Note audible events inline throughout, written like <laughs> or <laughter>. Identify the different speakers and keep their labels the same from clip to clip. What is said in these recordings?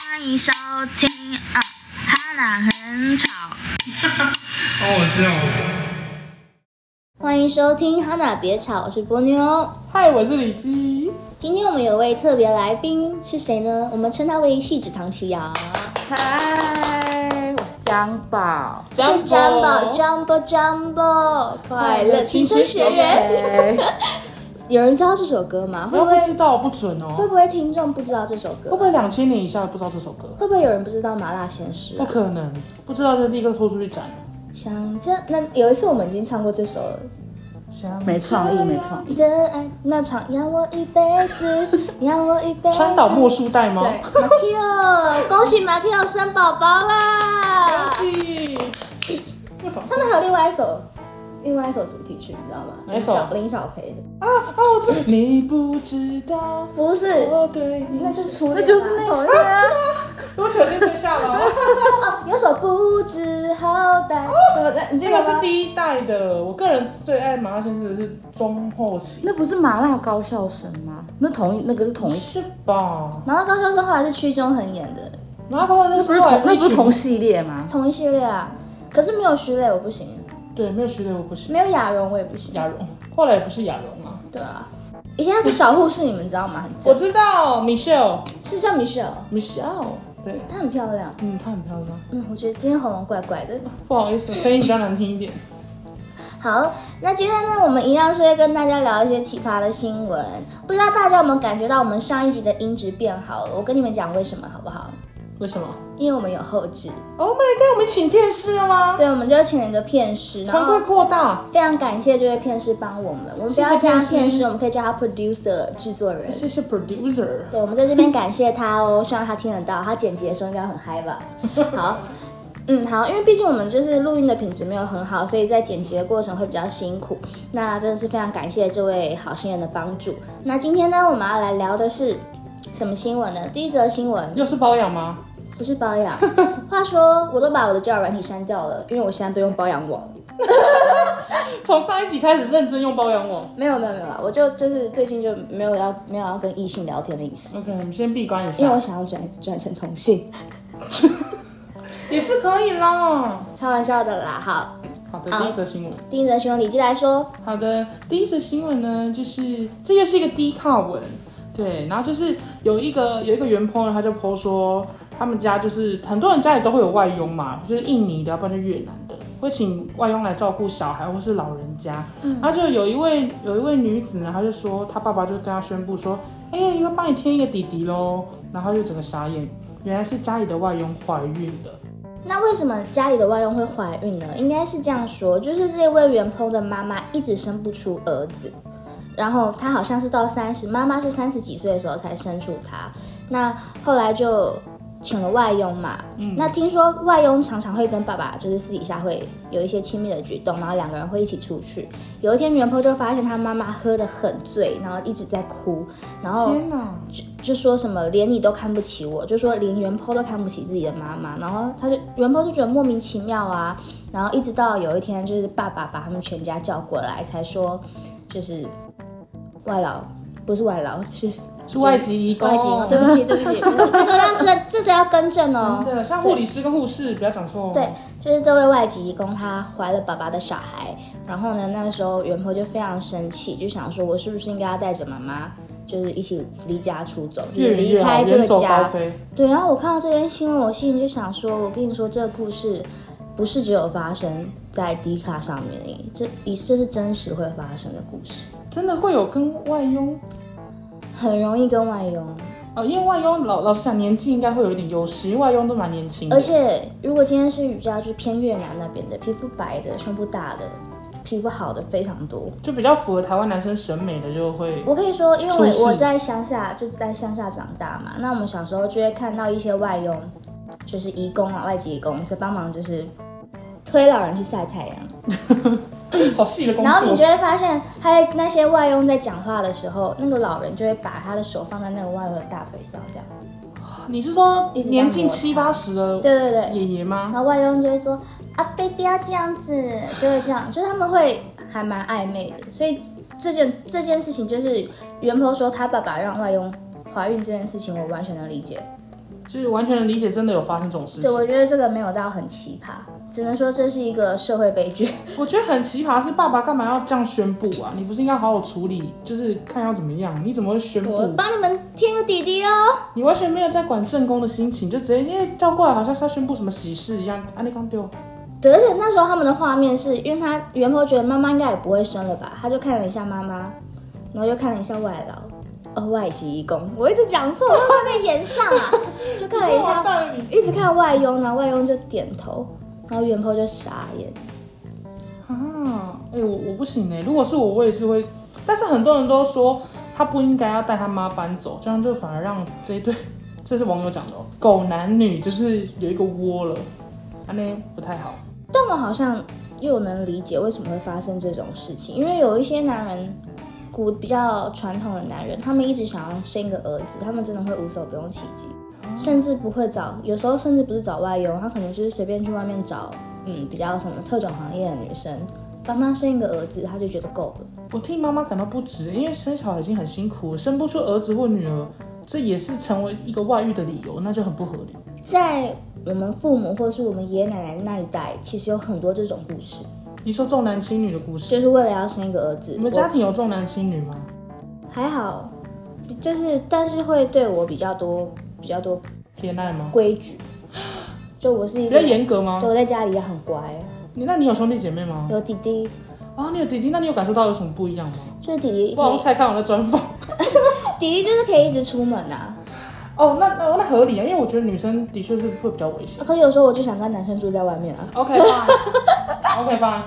Speaker 1: 欢迎收听啊，哈娜很吵。
Speaker 2: 好好笑哦！
Speaker 3: 欢迎收听《哈娜别吵》，我是波妞。
Speaker 2: 嗨，我是李基。
Speaker 3: 今天我们有位特别来宾是谁呢？我们称他为细指唐奇瑶，
Speaker 4: 嗨，我是张宝，
Speaker 3: 就 Jumbo Jumbo Jumbo 快乐青春学园。
Speaker 4: 人。
Speaker 3: <laughs> 有人知道这首歌吗？会
Speaker 2: 我
Speaker 3: 不会
Speaker 2: 不知道，不准
Speaker 3: 会
Speaker 2: 哦。
Speaker 3: 不会听众不知道这首歌？
Speaker 2: 会不会两千年以下不知道这首歌？
Speaker 3: 会不会有人不知道麻辣鲜师、
Speaker 2: 不
Speaker 3: 啊？
Speaker 2: 可能，不知道就立刻拖出去斩。
Speaker 3: 想着那有一次我们已经唱过这首了。
Speaker 4: 没创意，没创意。
Speaker 3: 你的爱那场养我一辈子，养我一辈子。
Speaker 2: 川岛莫树代吗？
Speaker 3: 对，马 Q，恭喜马 Q 生宝宝啦！
Speaker 2: 对。为什么？
Speaker 3: 他们还有另外一首，另外一首主题曲，你知道吗？
Speaker 2: 哪一首
Speaker 3: 林小林小培
Speaker 2: 啊
Speaker 3: 的，
Speaker 2: 啊！我知你不知道
Speaker 3: 不是，
Speaker 2: 我对你，
Speaker 3: 那就是初恋啊，
Speaker 4: 首歌啊，
Speaker 2: 我首先对
Speaker 4: <laughs>
Speaker 2: 下了。
Speaker 3: 哦有首不知好歹，对不哦对？你记
Speaker 2: 这
Speaker 3: 得
Speaker 2: 个是
Speaker 3: 吗？
Speaker 2: 第一代的，我个人最爱麻辣先生的是中后期，
Speaker 4: 那不是麻辣高校生吗？那同一那个是同一，
Speaker 2: 是吧？
Speaker 3: 然后高校生后来是屈中恒演的，
Speaker 2: 麻辣高校生
Speaker 4: 那不是
Speaker 2: 后来
Speaker 4: 同那不
Speaker 2: 一
Speaker 4: 是
Speaker 2: 群
Speaker 4: 同系列吗？
Speaker 3: 同一系列啊。可是没有徐磊我不行，
Speaker 2: 对，没有徐磊我不行，
Speaker 3: 没有雅荣我也不行，
Speaker 2: 亚荣后来也不是亚荣啊，
Speaker 3: 对啊。以前有个小护士，你们知道吗？很
Speaker 2: 我
Speaker 3: 正，
Speaker 2: 知道 Michelle。
Speaker 3: 是叫 Michelle，
Speaker 2: Michelle，对，
Speaker 3: 她很漂亮。
Speaker 2: 嗯，她很漂亮。
Speaker 3: 嗯，我觉得今天喉咙怪怪的。
Speaker 2: 不好意思，声音比较难听一点。
Speaker 3: 好，那今天呢，我们一样是会跟大家聊一些奇葩的新闻。不知道大家有没有感觉到我们上一集的音质变好了？我跟你们讲为什么好不好？
Speaker 2: 为什么
Speaker 3: 因为我们有后置，
Speaker 2: ？Oh my god，我们请片师了吗？
Speaker 3: 对，我们就请了一个片师，然
Speaker 2: 团
Speaker 3: 后
Speaker 2: 队扩大，
Speaker 3: 非常感谢这位片师帮我们，我们不要叫他片师，我们可以叫他 producer 制作人。
Speaker 2: 谢谢 producer。
Speaker 3: 对，我们在这边感谢他哦，希望他听得到，他剪辑的时候应该很嗨吧。好，嗯，好，因为毕竟我们就是录音的品质没有很好，所以在剪辑的过程会比较辛苦。那真的是非常感谢这位好心人的帮助。那今天呢，我们要来聊的是什么新闻呢？第一则新闻
Speaker 2: 又是包养吗？
Speaker 3: 不是包养，话说我都把我的交友软体删掉了，因为我现在都用包养网。
Speaker 2: 从上一集开始认真用包养网。
Speaker 3: 没有没有没有啦，我就就是最近就没有要没有要跟异性聊天的意思，
Speaker 2: OK，我们先闭关一
Speaker 3: 因为我
Speaker 2: 下，
Speaker 3: 想要转转成同性，
Speaker 2: 也是可以啦。
Speaker 3: 开玩笑的啦。好，
Speaker 2: 好的，
Speaker 3: 好
Speaker 2: 第一则新闻。
Speaker 3: 第一则新闻，李记来说，
Speaker 2: 好的，第一则新闻呢，就是这又是一个低卡文，对，然后就是有一个有一个原 po 呢，他就 po 说，他们家就是很多人家里都会有外佣嘛，就是印尼的，要不然就越南的，会请外佣来照顾小孩或是老人家。嗯，然后就有一位有一位女子呢，她就说她爸爸就跟她宣布说，哎、欸，要帮你添一个弟弟喽，然后她就整个傻眼，原来是家里的外佣怀孕了。
Speaker 3: 那为什么家里的外佣会怀孕呢？应该是这样说，就是这位袁鹏的妈妈一直生不出儿子，然后她好像是到三十，妈妈是三十几岁的时候才生出他，那后来就请了外佣嘛。那听说外佣常常会跟爸爸就是私底下会有一些亲密的举动，然后两个人会一起出去。有一天袁鹏就发现他妈妈喝得很醉，然后一直在哭，然后
Speaker 2: 天哪！
Speaker 3: 就说什么连你都看不起我，就说连袁坡都看不起自己的妈妈，然后他就袁坡就觉得莫名其妙啊，然后一直到有一天就是爸爸把他们全家叫过来，才说就是外劳不是外劳是
Speaker 2: 是外籍移工，
Speaker 3: 外籍哦，对不起对不
Speaker 2: <laughs>
Speaker 3: 起，不是这个要正这个要更正哦，
Speaker 2: 真的，像护理师跟护士，不要讲错哦。
Speaker 3: 对，就是这位外籍义工，她怀了爸爸的小孩，然后呢，那个时候袁婆就非常生气，就想说，我是不是应该要带着妈妈，就是一起离家出走，就是
Speaker 2: 越
Speaker 3: 离
Speaker 2: 远
Speaker 3: 开这个
Speaker 2: 远走高
Speaker 3: 家？
Speaker 2: 飞，
Speaker 3: 对，然后我看到这篇新闻，我心里就想说，我跟你说，这个故事不是只有发生在迪卡上面而已，这一这是真实会发生的故事，
Speaker 2: 真的会有跟外佣，
Speaker 3: 很容易跟外佣。
Speaker 2: 呃，因为外佣老老实讲，年纪应该会有一点优势，因为外佣都蛮年轻的，
Speaker 3: 而且如果今天是瑜伽，就是偏越南那边的，皮肤白的，胸部大的，皮肤好的非常多。
Speaker 2: 就比较符合台湾男生审美的，就会
Speaker 3: 我可以说，因为
Speaker 2: 出戏
Speaker 3: 我我在乡下，就在乡下长大嘛。那我们小时候就会看到一些外佣，就是义工啊，外籍义工在帮忙，就是推老人去晒太阳。
Speaker 2: 好细的工
Speaker 3: 然后你
Speaker 2: 作。
Speaker 3: 就会发现，他在那些外佣在讲话的时候，那个老人就会把他的手放在那个外佣的大腿上，这样。
Speaker 2: 你是说
Speaker 3: 一直这样
Speaker 2: 年近
Speaker 3: 摩擦
Speaker 2: 七八十的
Speaker 3: 对对对。
Speaker 2: 爷爷
Speaker 3: 然
Speaker 2: 吗？
Speaker 3: 后外佣就会说：“啊，baby 不要这样子。”就会这样，就是他们会还蛮暧昧的。所以这件这件事情，就是袁婆说她爸爸让外佣怀孕这件事情，我完全能理解。
Speaker 2: 就是完全能理解，真的有发生这种事
Speaker 3: 对，
Speaker 2: 情。
Speaker 3: 我觉得这个没有到很奇葩，只能说这是一个社会悲剧。
Speaker 2: 我觉得很奇葩，是爸爸干嘛要这样宣布啊？你不是应该好好处理，就是看要怎么样？你怎么会宣
Speaker 3: 我
Speaker 2: 布？
Speaker 3: 帮你们添个弟弟哦。
Speaker 2: 你完全没有在管正宫的心情，就直接因为叫过来，好像是要宣布什么喜事一样。啊，你刚丢，
Speaker 3: 对，而且那时候他们的画面是因为他原本觉得妈妈应该也不会生了吧，他就看了一下妈妈，然后又看了一下外劳，哦，外籍义工，我一直讲错，会不会被延上啊？就看了一下，一直看外佣，然后外佣就点头，然后元坡就傻眼。
Speaker 2: 啊，哎、我我不行哎、如果是我，我也是会。但是很多人都说他不应该要带他妈搬走，这样就反而让这一对，这是网友讲的、哦，狗男女就是有一个窝了，啊，那不太好。
Speaker 3: 但我好像又能理解为什么会发生这种事情，因为有一些男人，古比较传统的男人，他们一直想要生一个儿子，他们真的会无所不用其极，
Speaker 2: 哦
Speaker 3: 甚至不会找，有时候甚至不是找外佣，他可能就是随便去外面找，嗯，比较什么特种行业的女生，帮他生一个儿子，他就觉得够了。
Speaker 2: 我替妈妈感到不值，因为生小孩已经很辛苦了，生不出儿子或女儿，这也是成为一个外遇的理由，那就很不合理。
Speaker 3: 在我们父母或是我们爷爷奶奶那一代，其实有很多这种故事，
Speaker 2: 你说重男轻女的故事，
Speaker 3: 就是为了要生一个儿子。
Speaker 2: 你们
Speaker 3: 我
Speaker 2: 家庭有重男轻女吗？
Speaker 3: 还好，就是但是会对我比较多比较多
Speaker 2: 偏爱吗？
Speaker 3: 规矩，就我是一
Speaker 2: 比较
Speaker 3: 个，
Speaker 2: 严格吗
Speaker 3: 对？我在家里也很乖，
Speaker 2: 你那你有兄弟姐妹吗？
Speaker 3: 有弟弟，
Speaker 2: 啊，你有弟弟，那你有感受到有什么不一样吗？
Speaker 3: 就是弟弟
Speaker 2: 我
Speaker 3: 可
Speaker 2: 好像
Speaker 3: 以，
Speaker 2: 蔡康永的专访。
Speaker 3: 弟弟就是可以一直出门啊。
Speaker 2: 哦，那那那合理啊，因为我觉得女生的确是会比较危险。
Speaker 3: 啊可是有时候我就想跟男生住在外面啊。
Speaker 2: OK
Speaker 3: <laughs>
Speaker 2: fine，OK fine，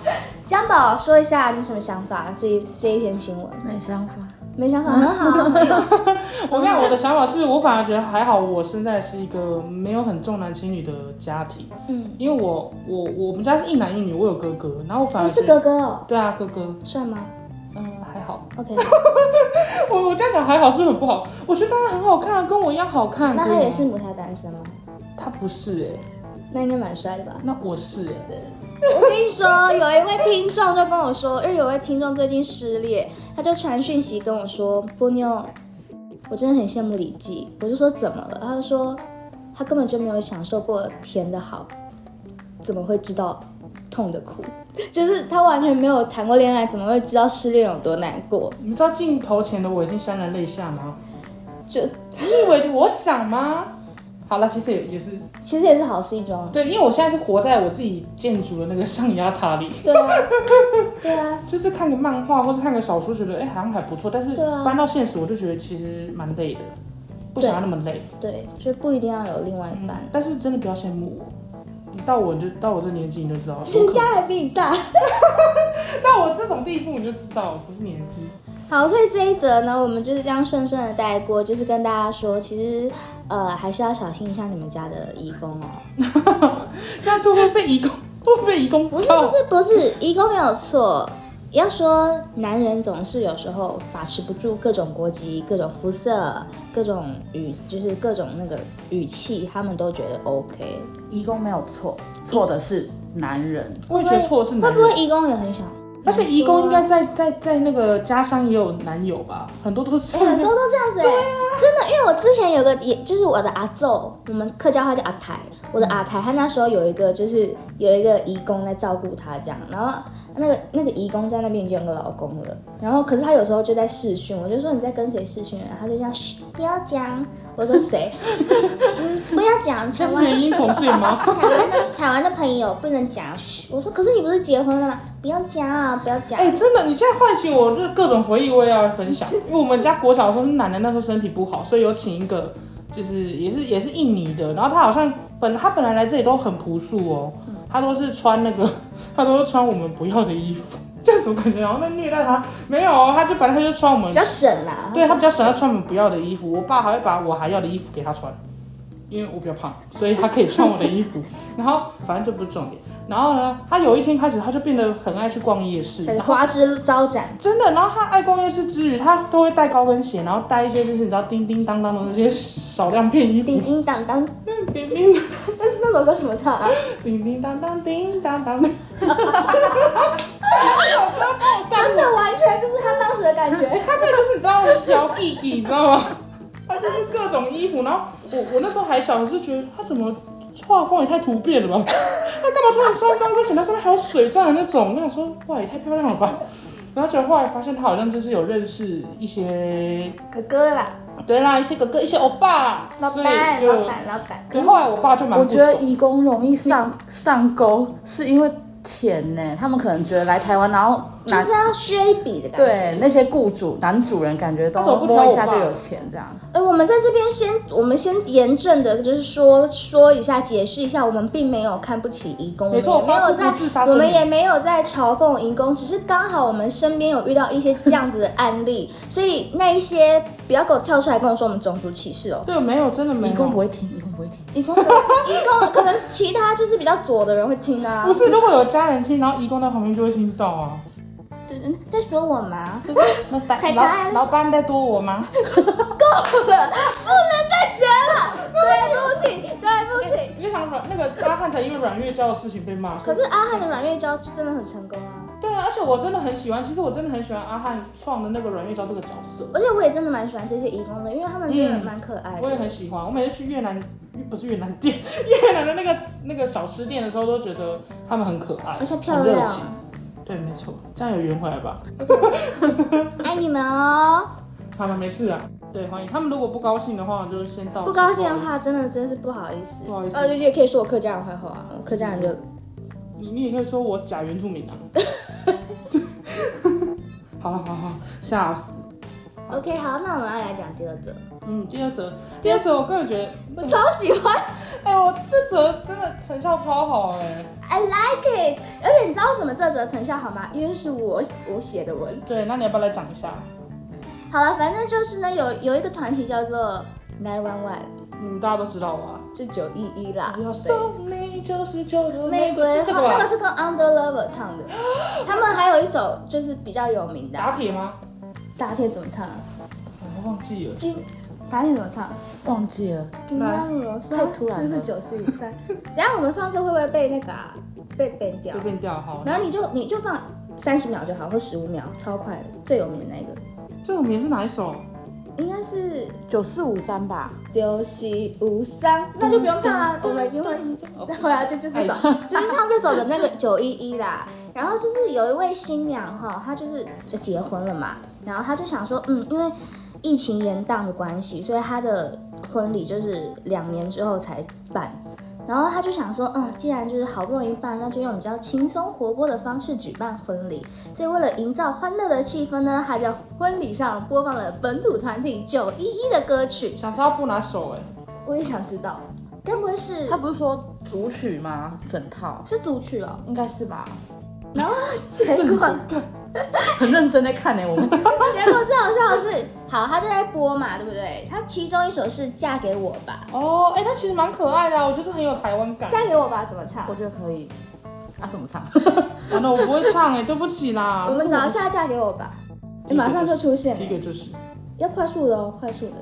Speaker 3: 江宝说一下你什么想法？这一这一篇新闻，
Speaker 4: 没想法。
Speaker 3: 没想法，很 <laughs> 好。
Speaker 2: 我看我的想法是我反而觉得还好，我生在是一个没有很重男轻女的家庭。
Speaker 3: 嗯，
Speaker 2: 因为我我我们家是一男一女，我有哥哥，然后我反而
Speaker 3: 哦，是
Speaker 2: 觉得
Speaker 3: 哥哥哦，
Speaker 2: 对啊哥哥，
Speaker 3: 帅吗
Speaker 2: 嗯还好。 <laughs>
Speaker 3: ？OK，
Speaker 2: 我我这样讲还好是很不好，我觉得他很好看，啊跟我一样好看。
Speaker 3: 那
Speaker 2: 可以
Speaker 3: 他
Speaker 2: 吗
Speaker 3: 也是母胎单身吗？
Speaker 2: 他不是哎、
Speaker 3: 那应该蛮帅的吧？
Speaker 2: 那我是哎、
Speaker 3: 我跟你说，有一位听众就跟我说，因为有位听众最近失恋，他就传讯息跟我说，波妞，我真的很羡慕李记。我就说怎么了？他就说他根本就没有享受过甜的好，怎么会知道痛的苦？ <laughs> 就是他完全没有谈过恋爱，怎么会知道失恋有多难过？
Speaker 2: 你知道镜头前的我已经潸然泪下吗？
Speaker 3: 就
Speaker 2: 你以为我想吗？好了，其实也也是
Speaker 3: 其实也是好事一桩啊。
Speaker 2: 对，因为我现在是活在我自己建筑的那个象牙塔里，
Speaker 3: 对啊，对啊，
Speaker 2: 就是看个漫画或者看个小说，觉得哎、好像还不错，但是
Speaker 3: 对啊
Speaker 2: 搬到现实，我就觉得其实蛮累的，不想要那么累。嗯
Speaker 3: 对，就不一定要有另外一半。
Speaker 2: 但是真的不要羡慕我，你到我就到我这年纪你就知道，
Speaker 3: 人家还比你大。
Speaker 2: 到我这种地步你就知道不是年纪。
Speaker 3: 好，所以这一则呢，我们就是这样顺顺的带过，就是跟大家说，其实呃还是要小心一下你们家的义工哦。
Speaker 2: 这样做会被移工，会被移工
Speaker 3: 不是
Speaker 2: 告
Speaker 3: 不是不是，义工没有错。要说男人总是有时候把持不住各种国籍、各种肤色、各种语，就是各种那个语气，他们都觉得 OK。
Speaker 4: 义工没有错，错的是男人。
Speaker 2: 我也觉得错的是
Speaker 3: 会
Speaker 2: 男
Speaker 3: 不会
Speaker 2: 人。
Speaker 3: 义工也很想？
Speaker 2: 而且移工应该在在在那个家乡也有男友吧，很多都是
Speaker 3: 哎、 <laughs> 很多都这样
Speaker 2: 啊
Speaker 3: 子哎、真的，因为我之前有个也就是我的阿奏，我们客家话叫阿台，我的阿台，他那时候有一个就是有一个义工在照顾他这样，然后那个那个义工在那边已经有个老公了，然后可是他有时候就在视讯，我就说你在跟谁视讯啊？他就这样，嘘，不要讲，我说谁？嗯，不要讲，台
Speaker 2: 这是
Speaker 3: 湾
Speaker 2: 原因重现吗？
Speaker 3: 台湾的台湾的朋友不能讲，嘘，我说可是你不是结婚了吗？不要讲啊，不要讲。
Speaker 2: 哎、真的，你现在唤醒我这各种回忆，我也要来分享。因为我们家国小的时候，奶奶那时候身体不好，所以有请一个，就是也是也是印尼的，然后她好像本她本来来这里都很朴素哦，
Speaker 3: 嗯
Speaker 2: 她都是穿那个， <laughs> 她都是穿我们不要的衣服， <laughs> 这样怎么感觉好像在虐待她？没有哦，她就本来她就穿我们
Speaker 3: 比较省啊啦、
Speaker 2: 对他比较喜欢穿我们不要的衣服，我爸还会把我还要的衣服给他穿，因为我比较胖，所以他可以穿我的衣服。 <laughs> 然后反正这不是重点。然后呢，他有一天开始，他就变得很爱去逛夜市，
Speaker 3: 开始
Speaker 2: 然后
Speaker 3: 花枝招展。
Speaker 2: 真的，然后他爱逛夜市之余，他都会带高跟鞋，然后带一些就是你知道叮叮当当的那些少量片衣服，
Speaker 3: 叮叮当当，
Speaker 2: 叮叮
Speaker 3: 但是那首歌怎么唱啊？ <laughs>
Speaker 2: 叮叮当当叮当当。
Speaker 3: 真的完全就是他 <laughs> 当时的感觉。
Speaker 2: 他这就是你知道摇弟弟，你知道吗？他就是各种衣服，然后我我那时候还小，我是觉得他怎么画风也太突变了吧？他干嘛突然烧高跟鞋，那上面还有水钻的那种？我想说，哇，也太漂亮了吧！然后结果后来发现他好像就是有认识一些，
Speaker 5: 哥哥啦，
Speaker 2: 对啦，一些哥哥，一些欧巴啦，
Speaker 5: 老
Speaker 2: 所以
Speaker 5: 板，
Speaker 2: 就
Speaker 5: 老，板，老板，
Speaker 2: 可是后来我爸就蛮
Speaker 4: 我
Speaker 2: 不
Speaker 4: 觉得
Speaker 2: 爽，
Speaker 4: 移工容易上上钩，是因为钱呢、他们可能觉得来台湾，然后
Speaker 3: 就
Speaker 4: 男
Speaker 3: 是要削一笔的感觉。
Speaker 4: 对那些雇主男主人感觉都
Speaker 2: 他怎么不挑
Speaker 4: 摸一
Speaker 2: 我
Speaker 4: 下
Speaker 2: 爸
Speaker 4: 就有钱这样。
Speaker 3: 呃，我们在这边先，我们先严正的，就是说说一下，解释一下，我们并没有看不起移工，
Speaker 2: 没错
Speaker 3: 我们也没有
Speaker 2: 我发布自杀
Speaker 3: 在，
Speaker 2: 声
Speaker 3: 我
Speaker 2: 明
Speaker 3: 们也没有在嘲讽移工，只是刚好我们身边有遇到一些这样子的案例， <laughs> 所以那一些不要给我跳出来跟我说我们种族歧视哦，
Speaker 2: 对，没有，真的没
Speaker 4: 移工不会
Speaker 2: 有。
Speaker 4: 停，移工不会停。
Speaker 3: 移工可能移工可能其他就是比较左的人会听啊
Speaker 2: 不，是，如果有家人听，然后义工在旁边就会听到
Speaker 3: <laughs>
Speaker 2: 啊。
Speaker 3: 对对对在说我吗？
Speaker 2: 就是老板
Speaker 3: 太可爱
Speaker 2: 老
Speaker 3: 了
Speaker 2: 老板在多我吗？
Speaker 3: 不能再学了，对不起，对不起。
Speaker 2: 你想软那个阿汉才因为软月娇的事情被骂。
Speaker 3: 可是阿汉的软月娇是真的很成功啊。
Speaker 2: 对啊，而且我真的很喜欢，其实我真的很喜欢阿汉创的那个软月娇这个角色，
Speaker 3: 而且我也真的蛮喜欢这些义工的，因为他们真的
Speaker 2: 嗯
Speaker 3: 蛮可爱的。
Speaker 2: 我也很喜欢。我每次去越南，不是越南店，越南的那个那个小吃店的时候，都觉得他们很可爱，
Speaker 3: 而且漂
Speaker 2: 很热
Speaker 3: 亮
Speaker 2: 情。对，没错，这样有圆回来吧？
Speaker 3: 爱你们哦！
Speaker 2: 他们没事啊。对，欢迎他们。如果不高兴的话，就先到。
Speaker 3: 不高兴的
Speaker 2: 不好
Speaker 3: 话，
Speaker 2: 意思，
Speaker 3: 真的真是不好意思。
Speaker 2: 不好意思
Speaker 3: 呃，也可以说我客家人坏话啊，我客家人就
Speaker 2: 你你也可以说我假原住民啊。 <laughs> 好了，好好，吓死。
Speaker 3: OK。好，那我们要来讲第二则，
Speaker 2: 嗯，第二则，第二则我个人觉得，嗯
Speaker 3: 我超喜欢
Speaker 2: 哎、我这则真的成效超好哎、
Speaker 3: ，I like it。而且你知道为什么这则成效好吗？因为是我我写的文。
Speaker 2: 对，那你要不要来讲一下？
Speaker 3: 好了，反正就是呢，有有一个团体叫做 Nine One One，
Speaker 2: 你们大家都知道啊吧？
Speaker 3: 就九一一啦。
Speaker 2: 要
Speaker 3: 啊对
Speaker 2: 送你九十九朵玫
Speaker 3: 玫
Speaker 2: 瑰，
Speaker 3: 瑰
Speaker 2: 是这个
Speaker 3: 花，那个
Speaker 2: 吧？
Speaker 3: 是跟 Under Lover 唱的，他们还有一首就是比较有名的啊，
Speaker 2: 打铁吗？
Speaker 3: 大天怎么唱啊？
Speaker 2: 我忘记了。
Speaker 3: 金，大天怎么唱？啊
Speaker 4: 忘记了，
Speaker 3: 叮当五龙
Speaker 4: 太突然了
Speaker 3: 就是九四五三。等一下我们放这会不会被那个、啊、被 ban 掉
Speaker 2: 就？变掉哈，
Speaker 3: 然后你就你就放三十秒就好，或十五秒，超快的，最有名的那个
Speaker 2: 最有名是哪一首？
Speaker 3: 应该是
Speaker 4: 九四五三吧，
Speaker 3: 丢西无伤，那就不用唱啊了，我们已经会， <laughs>
Speaker 2: 哦
Speaker 3: 那我要啊就就这首， <laughs> 就是唱这首的那个九一一啦。然后就是有一位新娘哈，她就是就结婚了嘛，然后她就想说，嗯，因为疫情延宕的关系，所以她的婚礼就是两年之后才办。然后她就想说，嗯，既然就是好不容易办，那就用比较轻松活泼的方式举办婚礼。所以为了营造欢乐的气氛呢，她在婚礼上播放了本土团体九一一的歌曲。
Speaker 2: 想知道不拿手哎、
Speaker 3: 我也想知道，该不会是
Speaker 4: 他不是说组曲吗？整套
Speaker 3: 是组曲哦？
Speaker 4: 应该是吧。
Speaker 3: 然后结果结
Speaker 4: 很认真在看呢、我们 <laughs>
Speaker 3: 果最好笑的是，好，他就在播嘛，对不对？他其中一首是《嫁给我吧 <laughs>
Speaker 2: 哦，哎、它其实蛮可爱的、啊，我觉得很有台湾感》，。
Speaker 3: 嫁给我吧怎么唱
Speaker 4: 我？觉得可以。啊，怎么唱？
Speaker 2: 完了，我不会唱哎、对不起啦。
Speaker 3: 我们找一下《嫁给我吧》，你马上就出现
Speaker 2: 第一
Speaker 3: 了，
Speaker 2: 个就是，
Speaker 3: 要快速的哦，快速的。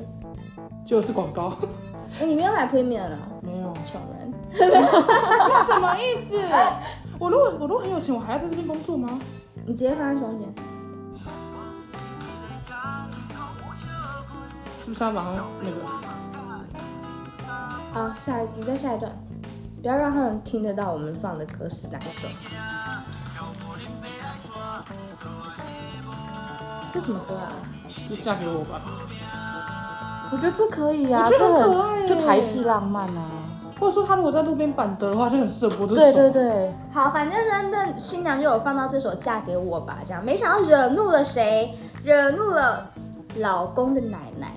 Speaker 2: 就是广告， <laughs>
Speaker 3: 哎你没有买 Premium 呢，
Speaker 2: 没有，
Speaker 3: 穷人。
Speaker 2: 什么意思？我如果我如果很有钱，我还要在这边工作吗？
Speaker 3: 你直接放在中间，
Speaker 2: 是不是要马上那个？
Speaker 3: 好，下一你再下一段，不要让他们听得到我们放的歌是哪一首。这什么歌啊？
Speaker 2: 就嫁给我吧，
Speaker 4: 我觉得这可以啊，
Speaker 2: 我觉得
Speaker 4: 这
Speaker 2: 很可爱欸
Speaker 4: 就台式浪漫啊。
Speaker 2: 或者说他如果在路边板的话，就很适合播这首。
Speaker 4: 对对对，
Speaker 3: 好，反正呢，那新娘就有放到这首《嫁给我吧》这样，没想到惹怒了谁？惹怒了老公的奶奶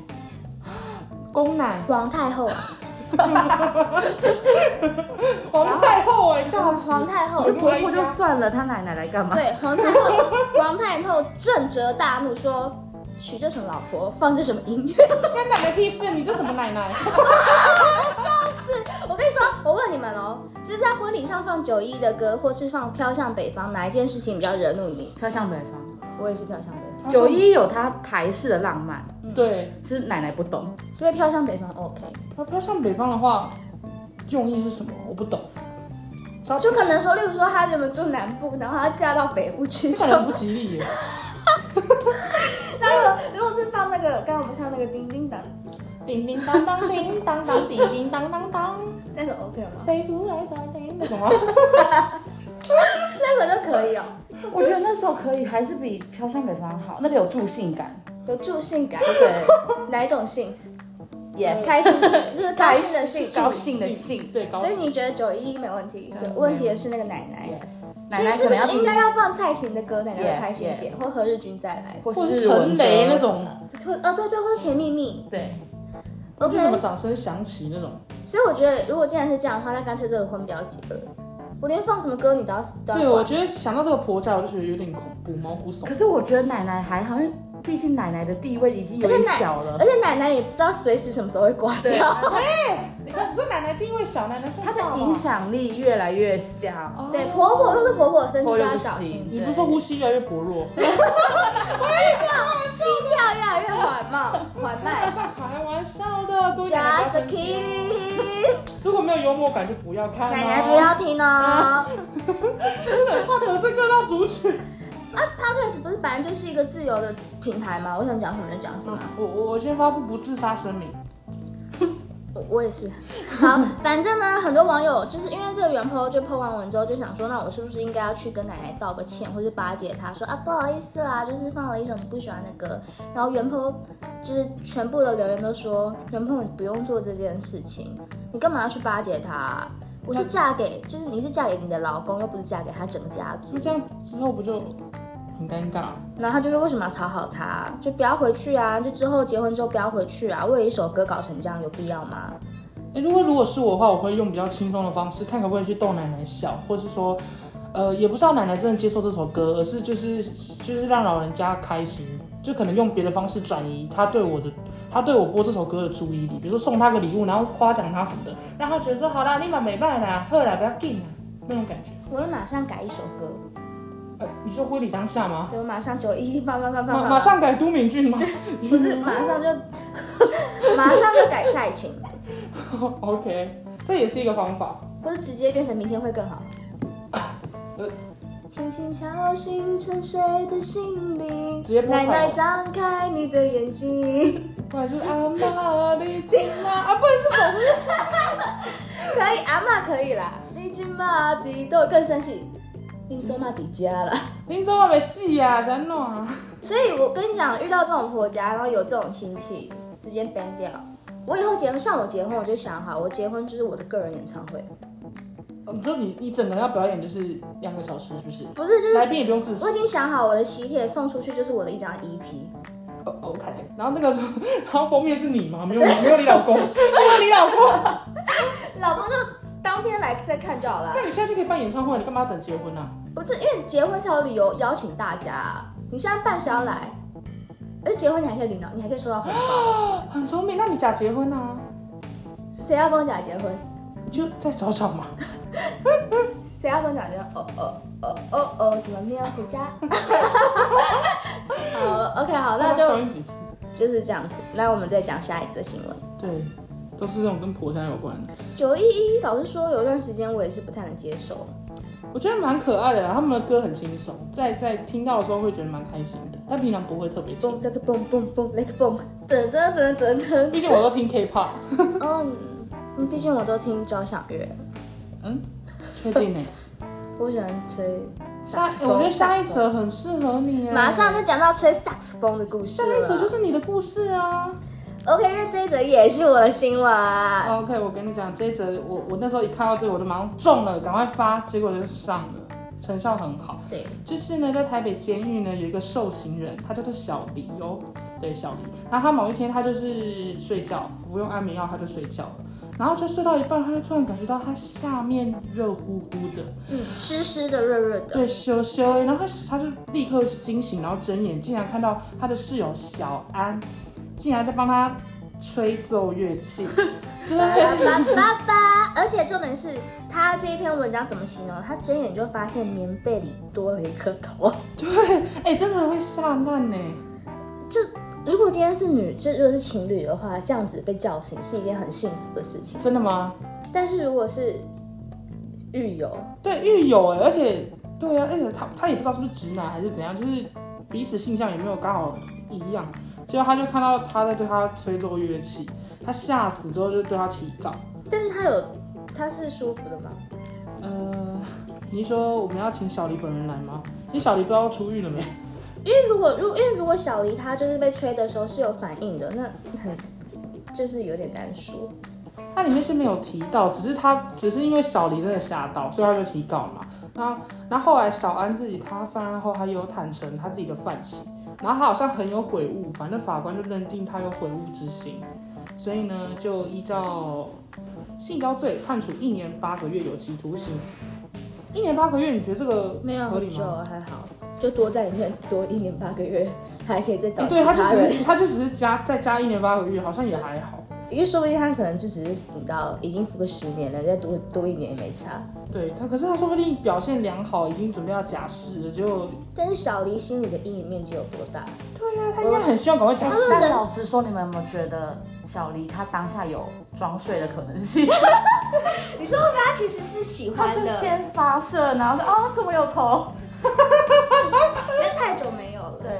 Speaker 2: 公奶， <laughs>
Speaker 3: 皇太后，啊 <laughs>
Speaker 2: 皇太后哎、吓 <laughs> 死！
Speaker 3: 皇太后
Speaker 2: 我。
Speaker 4: 婆婆就算了，她奶奶来干嘛？
Speaker 3: 对，皇太 <laughs> 后，皇太后正则大怒，说娶这什么老婆，放这什么音乐？ <laughs>
Speaker 2: 跟奶奶屁事，你这什么奶 <laughs> 奶？
Speaker 3: 我跟你说，我问你们哦，就是在婚礼上放九一的歌，或是放《飘向北方》，哪一件事情比较惹怒你？
Speaker 4: 飘向北方，
Speaker 3: 我也是《飘向北方
Speaker 4: 九一有她台式的浪漫，
Speaker 2: 对，
Speaker 4: 是奶奶不懂。》，
Speaker 3: 因为《飘向北方》OK，
Speaker 2: 那飘向北方的话，用意是什么？我不懂。他
Speaker 3: 就可能说，例如说她原本住南部，然后她嫁到北部去，
Speaker 2: 可能不吉利耶。
Speaker 3: 那如果如果是放那个，刚刚我们唱那个叮叮当，
Speaker 2: <laughs> 叮叮当当叮当当叮叮当当当，
Speaker 3: 那首 OK 吗？
Speaker 2: 谁独来单丁？那什 <laughs> 么？
Speaker 3: 那首歌可以哦，
Speaker 4: 我觉得那首可以，还是比《飘向北方》好，那里有助性感。
Speaker 3: 有助性感，
Speaker 4: 对
Speaker 3: 哪一种性？
Speaker 4: ，yes，
Speaker 3: 开心，就是高兴的性，
Speaker 4: 高兴嗯的性
Speaker 2: 对，高
Speaker 3: 所以你觉得九一没问题，
Speaker 4: 没问题
Speaker 3: 问题的是那个奶奶。
Speaker 4: ，yes，
Speaker 3: 所
Speaker 4: 奶
Speaker 3: 以
Speaker 4: 奶
Speaker 3: 是
Speaker 4: 可
Speaker 3: 不
Speaker 4: 能要
Speaker 3: 是
Speaker 4: 听
Speaker 3: 应该要放蔡琴的歌，奶奶会
Speaker 4: Yes,
Speaker 3: 开心一点
Speaker 4: yes
Speaker 3: 或何日君再来，
Speaker 4: 或
Speaker 2: 或
Speaker 4: 是
Speaker 2: 是
Speaker 4: 日文
Speaker 2: 陈雷
Speaker 4: 歌
Speaker 2: 那，种，
Speaker 3: 或呃对对，或是甜蜜蜜。
Speaker 4: 对，
Speaker 2: 就什么
Speaker 3: OK，
Speaker 2: 掌声响起那种。
Speaker 3: 所以我觉得如果既然是这样的话，那干脆这个婚不要结了。我连放什么歌你都要都
Speaker 2: 对，
Speaker 3: 要
Speaker 2: 我
Speaker 3: 管。
Speaker 2: 觉得想到这个婆家，我就觉得有点恐怖，毛骨悚
Speaker 4: 可
Speaker 2: 然。
Speaker 4: 是我觉得奶奶还好，因为毕竟奶奶的地位已经有点
Speaker 3: 而且奶
Speaker 4: 小了
Speaker 3: 而。且奶奶也不知道随时什么时候会挂掉。
Speaker 2: 你看，你说奶奶地位小，奶奶
Speaker 4: 她的影，响力越来越小，
Speaker 2: 哦
Speaker 3: 对，婆婆都是婆婆，身体
Speaker 4: 婆
Speaker 3: 就
Speaker 4: 又
Speaker 3: 要
Speaker 4: 不
Speaker 3: 小心
Speaker 4: 行。
Speaker 2: 你不是说呼吸越来越薄弱？
Speaker 3: 心跳越来越缓慢，缓
Speaker 2: <laughs>
Speaker 3: 慢。
Speaker 2: 开玩笑的，多一点奶奶
Speaker 3: Just
Speaker 2: 分
Speaker 3: a
Speaker 2: 享
Speaker 3: kidding，
Speaker 2: 如果没有幽默感就不要看、哦。
Speaker 3: 奶奶不要听哦。
Speaker 2: 怕得罪各大族群。
Speaker 3: 啊，Podcast 不是本来就是一个自由的平台吗？我想讲什么就讲什么。
Speaker 2: <laughs> 我我我先发布不自杀声明。
Speaker 3: 我我也是。好， <laughs> 反正呢，很多网友就是因为这个原 po 就 po 完文之后，就想说，那我是不是应该要去跟奶奶道个歉，或是巴结她，说啊不好意思啦，就是放了一首你不喜欢的歌。然后原 po 就是全部的留言都说，原 po 你不用做这件事情，你干嘛要去巴结她啊、我是嫁给，就是你是嫁给你的老公，又不是嫁给他整个家族
Speaker 2: 那。这样之后不就很尴尬？
Speaker 3: 然后他就说为什么要讨好他？就不要回去啊！就之后结婚之后不要回去啊！为了一首歌搞成这样，有必要吗？
Speaker 2: 哎、如果如果是我的话，我会用比较轻松的方式，看可不可以去逗奶奶笑，或是说，呃，也不知道奶奶真的接受这首歌，而是就是就是让老人家开心，就可能用别的方式转移她对我的她对我播这首歌的注意力，比如说送她个礼物，然后夸奖她什么的，让她觉得说好啦，立马美败啦，喝啦，不要紧啦，那种感觉。
Speaker 3: 我会马上改一首歌，
Speaker 2: 呃，你说婚礼当下吗？
Speaker 3: 对我马上九一一翻翻翻翻
Speaker 2: 马
Speaker 3: 翻，
Speaker 2: 马上改都敏俊吗？
Speaker 3: 不是马上就马上就改蔡琴，
Speaker 2: OK，这 <laughs> 也是一个方法。
Speaker 3: 或者直接变成明天会更好
Speaker 2: 呃。
Speaker 3: 轻轻敲醒沉睡的心灵
Speaker 2: 直接，播
Speaker 3: 奶
Speaker 2: 彩
Speaker 3: 奶
Speaker 2: 虹
Speaker 3: 张开你的眼睛， <laughs>
Speaker 2: 不然就是阿妈你进来啊，不 <laughs> 然是什么？
Speaker 3: 可以阿嬷可以啦，你今嘛的都有更生气，你走嘛的家啦。 <laughs>
Speaker 2: 林州话没戏呀，怎弄啊？
Speaker 3: 所以我跟你讲，遇到这种婆家，然后有这种亲戚，直接 ban 掉。我以后结婚，像我结婚，我就想好，我结婚就是我的个人演唱会，
Speaker 2: 哦你说你你整个要表演就是两个小时，是不是？
Speaker 3: 不是就是
Speaker 2: 来宾也不用自私
Speaker 3: 我已。经想好我的喜帖送出去就是我的一张 EP。
Speaker 2: 哦 OK，然后那个时候， <laughs> 然后封面是你吗？没有 <laughs> 没有你老公，没有你老公，
Speaker 3: 老公就当天来再看就好了
Speaker 2: 那，你现在就可以办演唱会，你干嘛要等结婚啊？
Speaker 3: 不是因为结婚才有理由邀请大家、啊，你现在办谁要来？而且结婚你还可以领到，你还可以收到红包，
Speaker 2: 很聪明，那你假结婚啊？
Speaker 3: 谁要跟我假结婚？
Speaker 2: 你就再找找嘛。
Speaker 3: 谁要跟我讲这个？哦哦哦哦哦，怎么没有回家？好，OK，好，那
Speaker 2: 小
Speaker 3: 就
Speaker 2: 你几次？
Speaker 3: 就是这样子。那我们再讲下一则新闻。
Speaker 2: 对，都是这种跟婆家有关的，
Speaker 3: 九一一，老实说，有一段时间我也是不太能接受。
Speaker 2: 我觉得蛮可爱的啦。他们的歌很轻松，在在听到的时候会觉得蛮开心的，但平常不会特别听
Speaker 3: 嘣。那个嘣嘣嘣那个嘣，噔噔噔噔
Speaker 2: 毕竟我都听 K-pop，
Speaker 3: 噔。嗯，嗯毕竟我都听交响乐，
Speaker 2: 嗯
Speaker 3: <laughs>
Speaker 2: 确定呢、
Speaker 3: 我喜欢吹。 <laughs>
Speaker 2: 下，我觉得下一则很适合你啊。
Speaker 3: 马上就讲到吹萨克斯风的故事
Speaker 2: 下一则就
Speaker 3: 了。
Speaker 2: 是你的故事啊。
Speaker 3: OK，因为这一则也是我的新闻。
Speaker 2: 啊 OK，我跟你讲，这一则我我那时候一看到这个，我就马上中了，赶快发，结果就上了，成效很好。
Speaker 3: 对，
Speaker 2: 就是呢，在台北监狱呢，有一个受刑人，他叫做小黎哦，对，小黎。然后他某一天，他就是睡觉，服用安眠药，他就睡觉了。然后就睡到一半，他就突然感觉到他下面热乎乎的，
Speaker 3: 嗯，湿湿的、热热的。
Speaker 2: 对，羞羞欸，然后他就立刻惊醒，然后睁眼，竟然看到他的室友小安，竟然在帮他吹奏乐器，
Speaker 3: 巴
Speaker 2: 对，
Speaker 3: 拉巴巴巴，而且重点是，他这一篇文章怎么形容？他睁眼就发现棉被里多了一颗头。
Speaker 2: 哎、真的会吓烂呢。
Speaker 3: 如果今天是女，这如果是情侣的话，这样子被叫醒是一件很幸福的事情。
Speaker 2: 真的吗？
Speaker 3: 但是如果是狱友，
Speaker 2: 对，狱友哎，而且对啊，而且他他也不知道是不是直男还是怎样，就是彼此性向也没有刚好一样，结果他就看到他在对他吹奏乐器，他吓死之后就对他提告。
Speaker 3: 但是他有，他是舒服的吗？
Speaker 2: 嗯，你说我们要请小黎本人来吗？因为小黎不知道出狱了没？
Speaker 3: 因为如果如因为如果小黎他就是被吹的时候是有反应的，那很就是有点难说。
Speaker 2: 它里面是没有提到，只是他只是因为小黎真的吓到，所以他就提告嘛。那那后来小安自己他犯案后，他也有坦诚他自己的犯行，然后他好像很有悔悟，反正法官就认定他有悔悟之心，所以呢就依照性交罪判处一年八个月有期徒刑。一年八个月，你觉得这个
Speaker 3: 没有
Speaker 2: 合
Speaker 3: 很
Speaker 2: 理
Speaker 3: 久
Speaker 2: 吗？
Speaker 3: 啊，还好，就多在里面多一年八个月，还可以再找
Speaker 2: 哎
Speaker 3: 其
Speaker 2: 对，他就
Speaker 3: 他人
Speaker 2: 只。是他就只是加再加一年八个月，好像也还好。
Speaker 3: 因为说不定他可能就只是你知道，已经服个十年了，再多多一年也没差。
Speaker 2: 对他，可是他说不定表现良好，已经准备要假释了，结果
Speaker 3: 但是小黎心里的阴影面积有多大？啊
Speaker 2: 他应该很希望赶快假释。
Speaker 4: 但老实说，你们有没有觉得小黎她当下有装睡的可能 <laughs> 性？
Speaker 5: 你说会不会他其实是喜
Speaker 4: 她
Speaker 5: 欢
Speaker 4: 是
Speaker 5: 的？
Speaker 4: 先发射，然后说哦怎么有头？
Speaker 5: 但太久没有了，
Speaker 4: 对，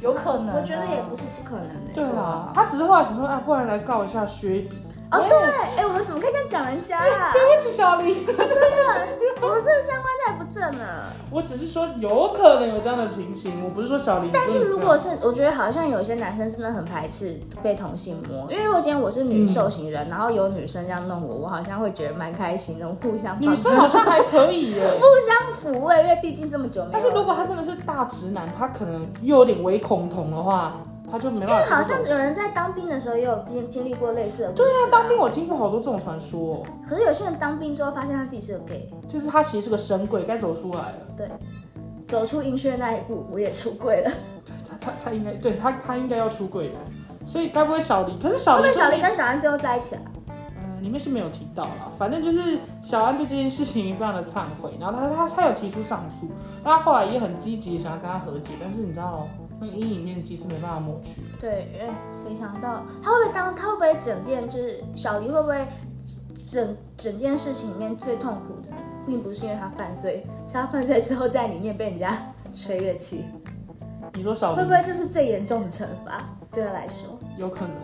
Speaker 4: 有可能啊。
Speaker 5: 我觉得也不是不可能的。
Speaker 2: 对啦，
Speaker 3: 啊
Speaker 2: 他只是后来想说，哎，不然来告一下薛 <laughs> 比。
Speaker 3: 哦，对，哎、我们怎么可以这样讲人
Speaker 2: <laughs>
Speaker 3: 家啊？
Speaker 2: 对不起，小林，
Speaker 3: 我们这三观太不正了。
Speaker 2: 我只是说有可能有这样的情形，我不是说小林。
Speaker 3: 但是如
Speaker 2: 啊
Speaker 3: 果是，我觉得好像有些男生真的很排斥被同性摸，因为如果今天我是
Speaker 2: 嗯
Speaker 3: 女受刑人，然后有女生这样弄我，我好像会觉得蛮开心的，互相帮
Speaker 2: 女
Speaker 3: 助 <laughs>
Speaker 2: 生好像还可以耶，
Speaker 3: 互相抚慰，因为毕竟这么久没有。
Speaker 2: <laughs> 但是如果他真的是大直男，他可能又有点唯恐同的话，他就没办法。
Speaker 3: 因为好像有人在当兵的时候也有经经历过类似的故事、
Speaker 2: 对啊，当兵。我听过好多这种传说、哦，
Speaker 3: 可是有些人当兵之后发现他自己是个 gay，
Speaker 2: 就是他其实是个神鬼，该走出来了。
Speaker 3: 对，走出阴缺那一步，我也出柜了。
Speaker 2: 他他他应该对他他应该要出轨的，所以该不会小林？可是小
Speaker 3: 会不
Speaker 2: 林
Speaker 3: 会小
Speaker 2: 说
Speaker 3: 林跟小安最后在一起啊？
Speaker 2: 嗯，里面是没有提到啦，反正就是小安对这件事情非常的忏悔，然后他他他有提出上诉，那他后来也很积极想要跟他和解，但是你知道那个阴影面积是没办法抹去的。
Speaker 3: 对，因为谁想到他会不会当他会不会整件就是小黎会不会整整件事情里面最痛苦的，并不是因为他犯罪，是他犯罪之后在里面被人家吹乐器，
Speaker 2: 你说小
Speaker 3: <laughs> 会
Speaker 2: 林
Speaker 3: 不会这是最严重的惩罚对他来说
Speaker 2: 有可能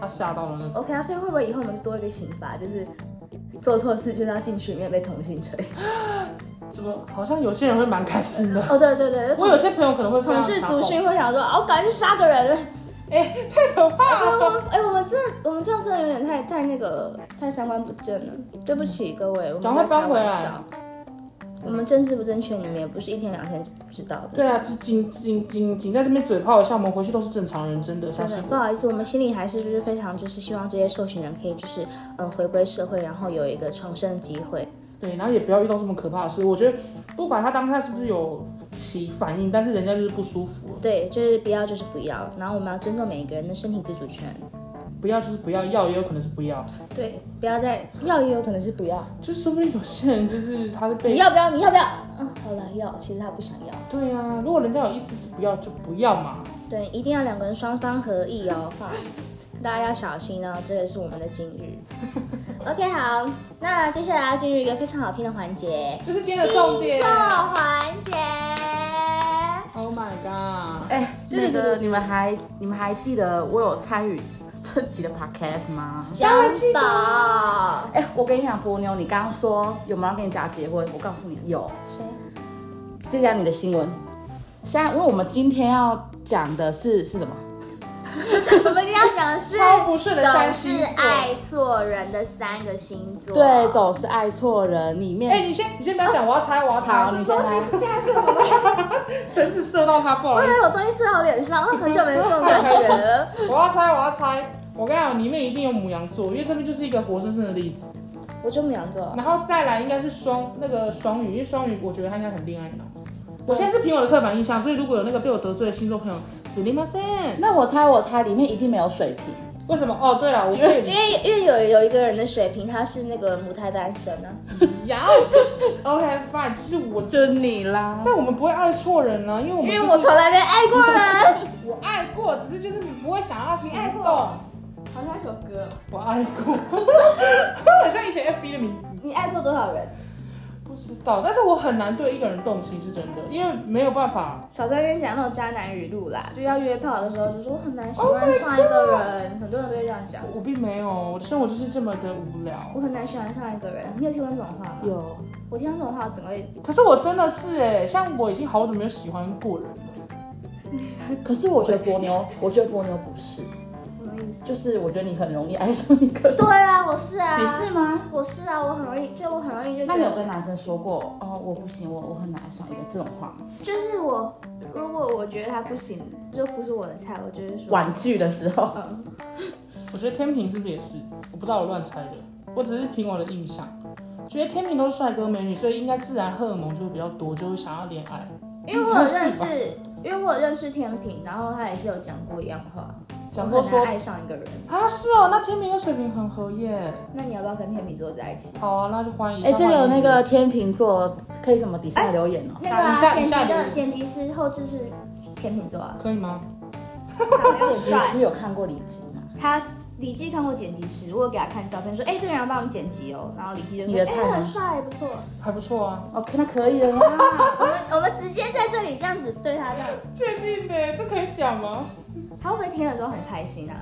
Speaker 2: 他吓到了那种，
Speaker 3: ？OK 啊，所以会不会以后我们多一个刑罚，就是做错事就是要进去里面被同性 <laughs> 吹？
Speaker 2: 怎么好像有些人会蛮开心的？
Speaker 3: 哦，对对对，
Speaker 2: 我有些朋友可能会非
Speaker 3: 统
Speaker 2: 常
Speaker 3: 治
Speaker 2: 傻
Speaker 3: 族
Speaker 2: 狗
Speaker 3: 群会想 <laughs> 说，啊，我赶快去杀个人。
Speaker 2: 太可怕
Speaker 3: 哎、我
Speaker 2: 了。
Speaker 3: 们哎、我们真的，我们这样真的有点太太那个，太三观不正了。对不起各位，我们
Speaker 2: 赶快
Speaker 3: 在开
Speaker 2: 搬回来
Speaker 3: 玩笑。我们政治不正确，你们也不是一天两天知道的。
Speaker 2: 对啊，只仅仅仅仅在这边嘴炮一下，我们回去都是正常人，真的相信
Speaker 3: 真的
Speaker 2: 我
Speaker 3: 不好意思，我们心里还是就是非常就是希望这些受刑人可以就是嗯、呃回归社会，然后有一个重生的机会。
Speaker 2: 对，然后也不要遇到这么可怕的事。我觉得不管他当下是不是有起反应，但是人家就是不舒服，
Speaker 3: 对，就是不要就是不要，然后我们要尊重每一个人的身体自主权。
Speaker 2: 不要就是不要，要也有可能是不要，
Speaker 3: 对，不要再要也有可能是不要，
Speaker 2: 就是说不定有些人就是他是
Speaker 3: 你
Speaker 2: 被
Speaker 3: 要不要？你要不要？嗯，好了，要，其实他不想要。
Speaker 2: 对啊，如果人家有意思是不要就不要嘛。
Speaker 3: 对，一定要两个人双方合意哦，哈， <laughs> 大家要小心哦，这个是我们的金 <laughs> 玉。OK，好，那接下来要进入一个非常好听的环节，
Speaker 2: 就是今天的重点
Speaker 3: 星座环节。
Speaker 2: Oh my god！
Speaker 4: 哎，那个你们还你们还记得我有参与这集的 podcast 吗？
Speaker 3: 小宝，
Speaker 4: 哎，我跟你讲，波妞，你刚刚说有没有要跟你家结婚？我告诉你，有。
Speaker 3: 谁？ <laughs>
Speaker 4: 谢谢你的新闻。现在，因为我们今天要讲的是是什么？
Speaker 3: 我们今天要讲的是
Speaker 2: 超不顺的三
Speaker 3: 总
Speaker 2: 星
Speaker 3: 是
Speaker 2: 座
Speaker 3: 爱错人的三个星座。
Speaker 4: 对，啊总是爱错人里面。
Speaker 2: 哎、你先你先不要讲，我要猜，我要猜
Speaker 4: 好，，你先来。
Speaker 2: <laughs> 绳子射到他，不好
Speaker 3: 我
Speaker 2: 意
Speaker 3: 以
Speaker 2: 思，
Speaker 3: 为有东西射到我脸上，我很久没有这种感
Speaker 2: <laughs>
Speaker 3: 觉了。
Speaker 2: 我要猜，我要猜。我跟你讲，里面一定有母羊座，因为这边就是一个活生生的例子。
Speaker 3: 我就母羊座，
Speaker 2: 然后再来应该是双那个双鱼，因为双鱼我觉得他应该很恋爱脑。我现在是凭我的刻板印象，所以如果有那个被我得罪的星座朋友，死你妈三！
Speaker 4: 那我猜，我猜里面一定没有水瓶。
Speaker 2: 为什么？哦，对了，我可以
Speaker 3: 因为因为有有一个人的水平，他是那个母胎单身啊。
Speaker 2: 要 OK fine，就是我。
Speaker 4: 就是你啦。
Speaker 2: 但我们不会爱错人啊，因为我们、
Speaker 3: 因
Speaker 2: 就是、
Speaker 3: 为我从来没爱过人。
Speaker 2: 我爱过，只是就是你不会想要行
Speaker 5: 你爱
Speaker 2: 动。
Speaker 5: 过好像一首歌，
Speaker 2: 我爱过，好像以前 FB 的名字，
Speaker 3: 你爱过多少人？
Speaker 2: 不知道，但是我很难对一个人动心，是真的，因为没有办法。
Speaker 5: 少在那边讲那种渣男语录啦，就要约炮的时候就说我很难喜欢上一个人很多人都会这样讲，
Speaker 2: 我并没有，我的生活就是这么的无聊。
Speaker 5: 我很难喜欢上一个人。你有听过这种话吗？
Speaker 4: 有
Speaker 5: 我听到这种话，我整个也
Speaker 2: 可是我真的是哎、像我已经好久没有喜欢过人了。
Speaker 4: 哎可是我觉得伯牛，我觉得伯牛不是，
Speaker 5: 什么意思？
Speaker 4: 就是我觉得你很容易爱上一个人。
Speaker 5: 对啊，我是啊，
Speaker 4: 你是吗？
Speaker 5: 我是啊，我很容易，就我很容易就
Speaker 4: 那
Speaker 5: 觉
Speaker 4: 你有
Speaker 5: 得，
Speaker 4: 跟男生说过，哦，我不行，我我很难爱上一个这种话吗？
Speaker 5: 就是我如果我觉得他不行，就不是我的菜，我就是说
Speaker 4: 婉拒的时候，
Speaker 2: 我觉得天平是不是也是？我不知道，我乱猜的，我只是凭我的印象，觉得天平都是帅哥美女，所以应该自然荷尔蒙就会比较多，就会想要恋爱。
Speaker 5: 因为我有认
Speaker 2: 是吧
Speaker 5: 识，因为我有认识天平，然后他也是有讲过一样的话，
Speaker 2: 讲
Speaker 5: 我
Speaker 2: 过
Speaker 5: 很
Speaker 2: 说
Speaker 5: 难爱上一个人。
Speaker 2: 啊，是哦，那天平跟水瓶很合耶。
Speaker 5: 那你要不要跟天秤座在一起？
Speaker 2: 好啊，那就欢迎。
Speaker 4: 哎，这里有那个天秤座，可以什么底下留言哦？
Speaker 5: 那个
Speaker 2: 打一
Speaker 5: 啊
Speaker 2: 下
Speaker 5: 剪
Speaker 2: 一
Speaker 5: 辑
Speaker 2: 下
Speaker 5: 的
Speaker 2: 你
Speaker 5: 剪辑师后置是天秤座 <laughs> 啊，
Speaker 2: 可以吗？
Speaker 5: 长得又
Speaker 4: 剪辑
Speaker 5: 帅。
Speaker 4: 师有看过李吉吗？
Speaker 5: 他李记看过剪辑师，我有给他看照片，说哎、这个人要帮我们剪辑哦。然后李记就
Speaker 4: 你
Speaker 5: 说
Speaker 4: 的
Speaker 5: 哎、
Speaker 4: 菜吗
Speaker 5: 很帅，不错。
Speaker 2: 还不错啊。
Speaker 4: 哦，那可以了 <laughs> 呀。
Speaker 5: 我们我们直接在这里这样子对他这样，
Speaker 2: 确定呢？这可以讲吗？
Speaker 5: 他会不会听了都很开心啊？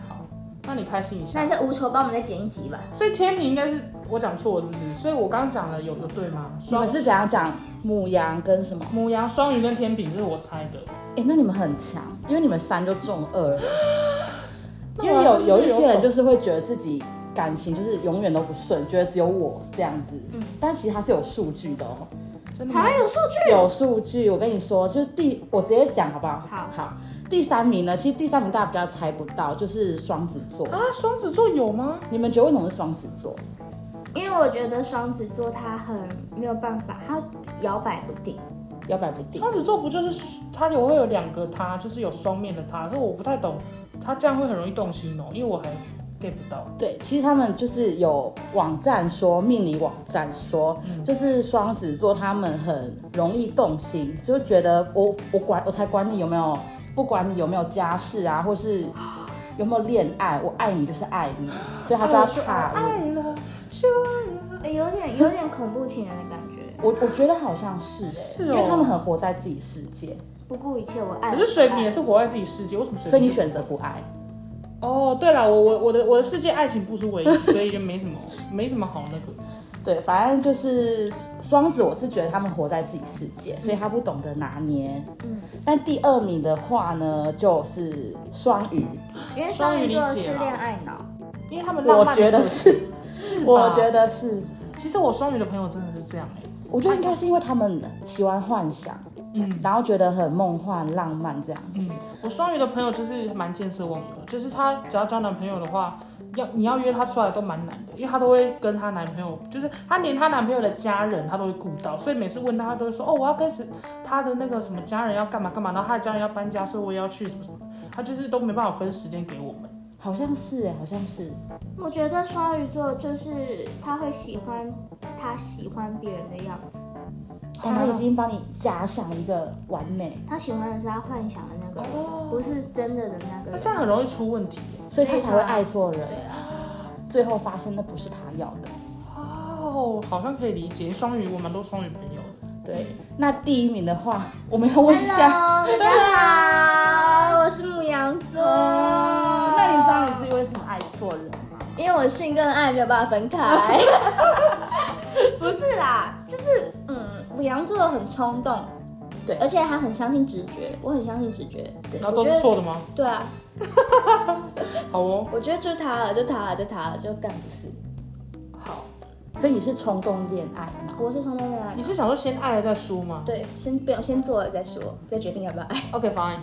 Speaker 2: 那你开心一
Speaker 5: 那
Speaker 2: 下
Speaker 5: 你。再无酬帮我们再剪一集吧。
Speaker 2: 所以天平应该是我讲错了，是不是？所以我刚刚讲的有有对吗？
Speaker 4: 你
Speaker 2: 双
Speaker 4: 们是怎样讲母羊跟什么？
Speaker 2: 母羊、双鱼跟天平，这是我猜的。
Speaker 4: 哎、那你们很强，因为你们三就中二了。因
Speaker 2: 那我
Speaker 4: 为
Speaker 2: 要
Speaker 4: 有
Speaker 2: 是
Speaker 4: 有
Speaker 2: 没
Speaker 4: 一
Speaker 2: 有
Speaker 4: 些人
Speaker 2: 狗
Speaker 4: 就是会觉得自己感情就是永远都不顺，觉得只有我这样子。但其实它是有数据的哦，
Speaker 2: 真的吗？
Speaker 5: 还有数据，
Speaker 4: 有数据。我跟你说，就是第我直接讲好不好？
Speaker 5: 好
Speaker 4: 好。第三名呢，其实第三名大家比较猜不到，就是双子座。
Speaker 2: 啊，双子座有吗？
Speaker 4: 你们觉得为什么是双子座？
Speaker 5: 因为我觉得双子座他很没有办法，他摇摆不定。
Speaker 4: 摇摆不定。
Speaker 2: 双子座不就是他有会有两个他，就是有双面的他，可是我不太懂，他这样会很容易动心哦，因为我还 get 不到。
Speaker 4: 对，其实他们就是有网站说，命理网站说，
Speaker 2: 嗯
Speaker 4: 就是双子座他们很容易动心，就觉得我我管我才管你有没有，不管你有没有家室啊，或
Speaker 2: <gasps>
Speaker 4: 是有没有恋爱，我爱你就是爱你，所以他就要踏入。
Speaker 2: 爱了，
Speaker 5: 哎有点有点恐怖情人的感觉，
Speaker 4: 我我觉得好像是、欸，
Speaker 2: 是哦
Speaker 4: 因为他们很活在自己世界，
Speaker 5: 不顾一切我爱。
Speaker 2: 可是水瓶也
Speaker 5: 爱
Speaker 2: 是活在自己世界，为什么水瓶？
Speaker 4: 所以你选择不爱。
Speaker 2: 哦，对了，我我我的我的世界爱情不是唯一，所以就没什么没什么好那个。
Speaker 4: 对，反正就是双子，我是觉得他们活在自己世
Speaker 2: 嗯
Speaker 4: 界，所以他不懂得拿捏。嗯，但第二名的话呢，就是双鱼，
Speaker 5: 因为双鱼座
Speaker 2: 双鱼理
Speaker 5: 是
Speaker 2: 解啦
Speaker 5: 恋爱脑，
Speaker 2: 因为他们浪
Speaker 4: 我
Speaker 2: 漫的
Speaker 4: 觉得
Speaker 2: 个性
Speaker 4: 是，
Speaker 2: 是吧
Speaker 4: 我觉得是，
Speaker 2: 其实我双鱼的朋友真的是这样哎、
Speaker 4: 我觉得应该是因为他们喜欢幻想，
Speaker 2: 嗯，
Speaker 4: 然后觉得很梦幻、浪漫这样子。
Speaker 2: 我双鱼的朋友就是蛮见色忘友的，就是她只要交男朋友的话，要你要约她出来都蛮难的，因为她都会跟她男朋友，就是她连她男朋友的家人她都会顾到，所以每次问她，她都会说哦，我要跟谁，她的那个什么家人要干嘛干嘛，然后她的家人要搬家，所以我也要去什么什么，她就是都没办法分时间给我们。
Speaker 4: 好像是哎、好像是，
Speaker 5: 我觉得双鱼座就是他会喜欢他喜欢别人的样子，
Speaker 4: 他
Speaker 2: 好难哦
Speaker 4: 已经帮你假想一个完美，
Speaker 5: 他喜欢的是他幻想的那个人，
Speaker 2: 哦，
Speaker 5: 不是真的的那个
Speaker 2: 那
Speaker 5: 人。
Speaker 2: 这样很容易出问题耶。
Speaker 4: 所以他
Speaker 5: 所以他
Speaker 4: 才会爱错人，
Speaker 5: 对啊，
Speaker 4: 最后发现那不是他要的。
Speaker 2: 哦，好像可以理解，双鱼我蛮多双鱼朋友的。
Speaker 4: 对，那第一名的话，我们要问一下。
Speaker 5: Hello，大家好，我是母羊座。
Speaker 4: <laughs> 那你知道你自己为什么爱错人吗？
Speaker 3: 因为我性跟爱没有办法分 <laughs> 开，
Speaker 5: 不是啦，就是
Speaker 3: 嗯，母羊座很冲动，
Speaker 4: 对
Speaker 3: 而且他很相信直觉，我很相信直觉，对，
Speaker 2: 然后都
Speaker 3: 我觉
Speaker 2: 是
Speaker 3: 得
Speaker 2: 错的吗？
Speaker 3: 对啊，
Speaker 2: 好哦，
Speaker 3: 我觉得就他了，就他了，就他了，就干不是，
Speaker 2: 好，
Speaker 4: 所以你是冲动恋爱吗？
Speaker 3: 我是冲动恋爱
Speaker 2: 你，是想说先爱了再说吗
Speaker 3: 对，先不要先做了再说，再决定要不要爱，
Speaker 2: ？OK fine。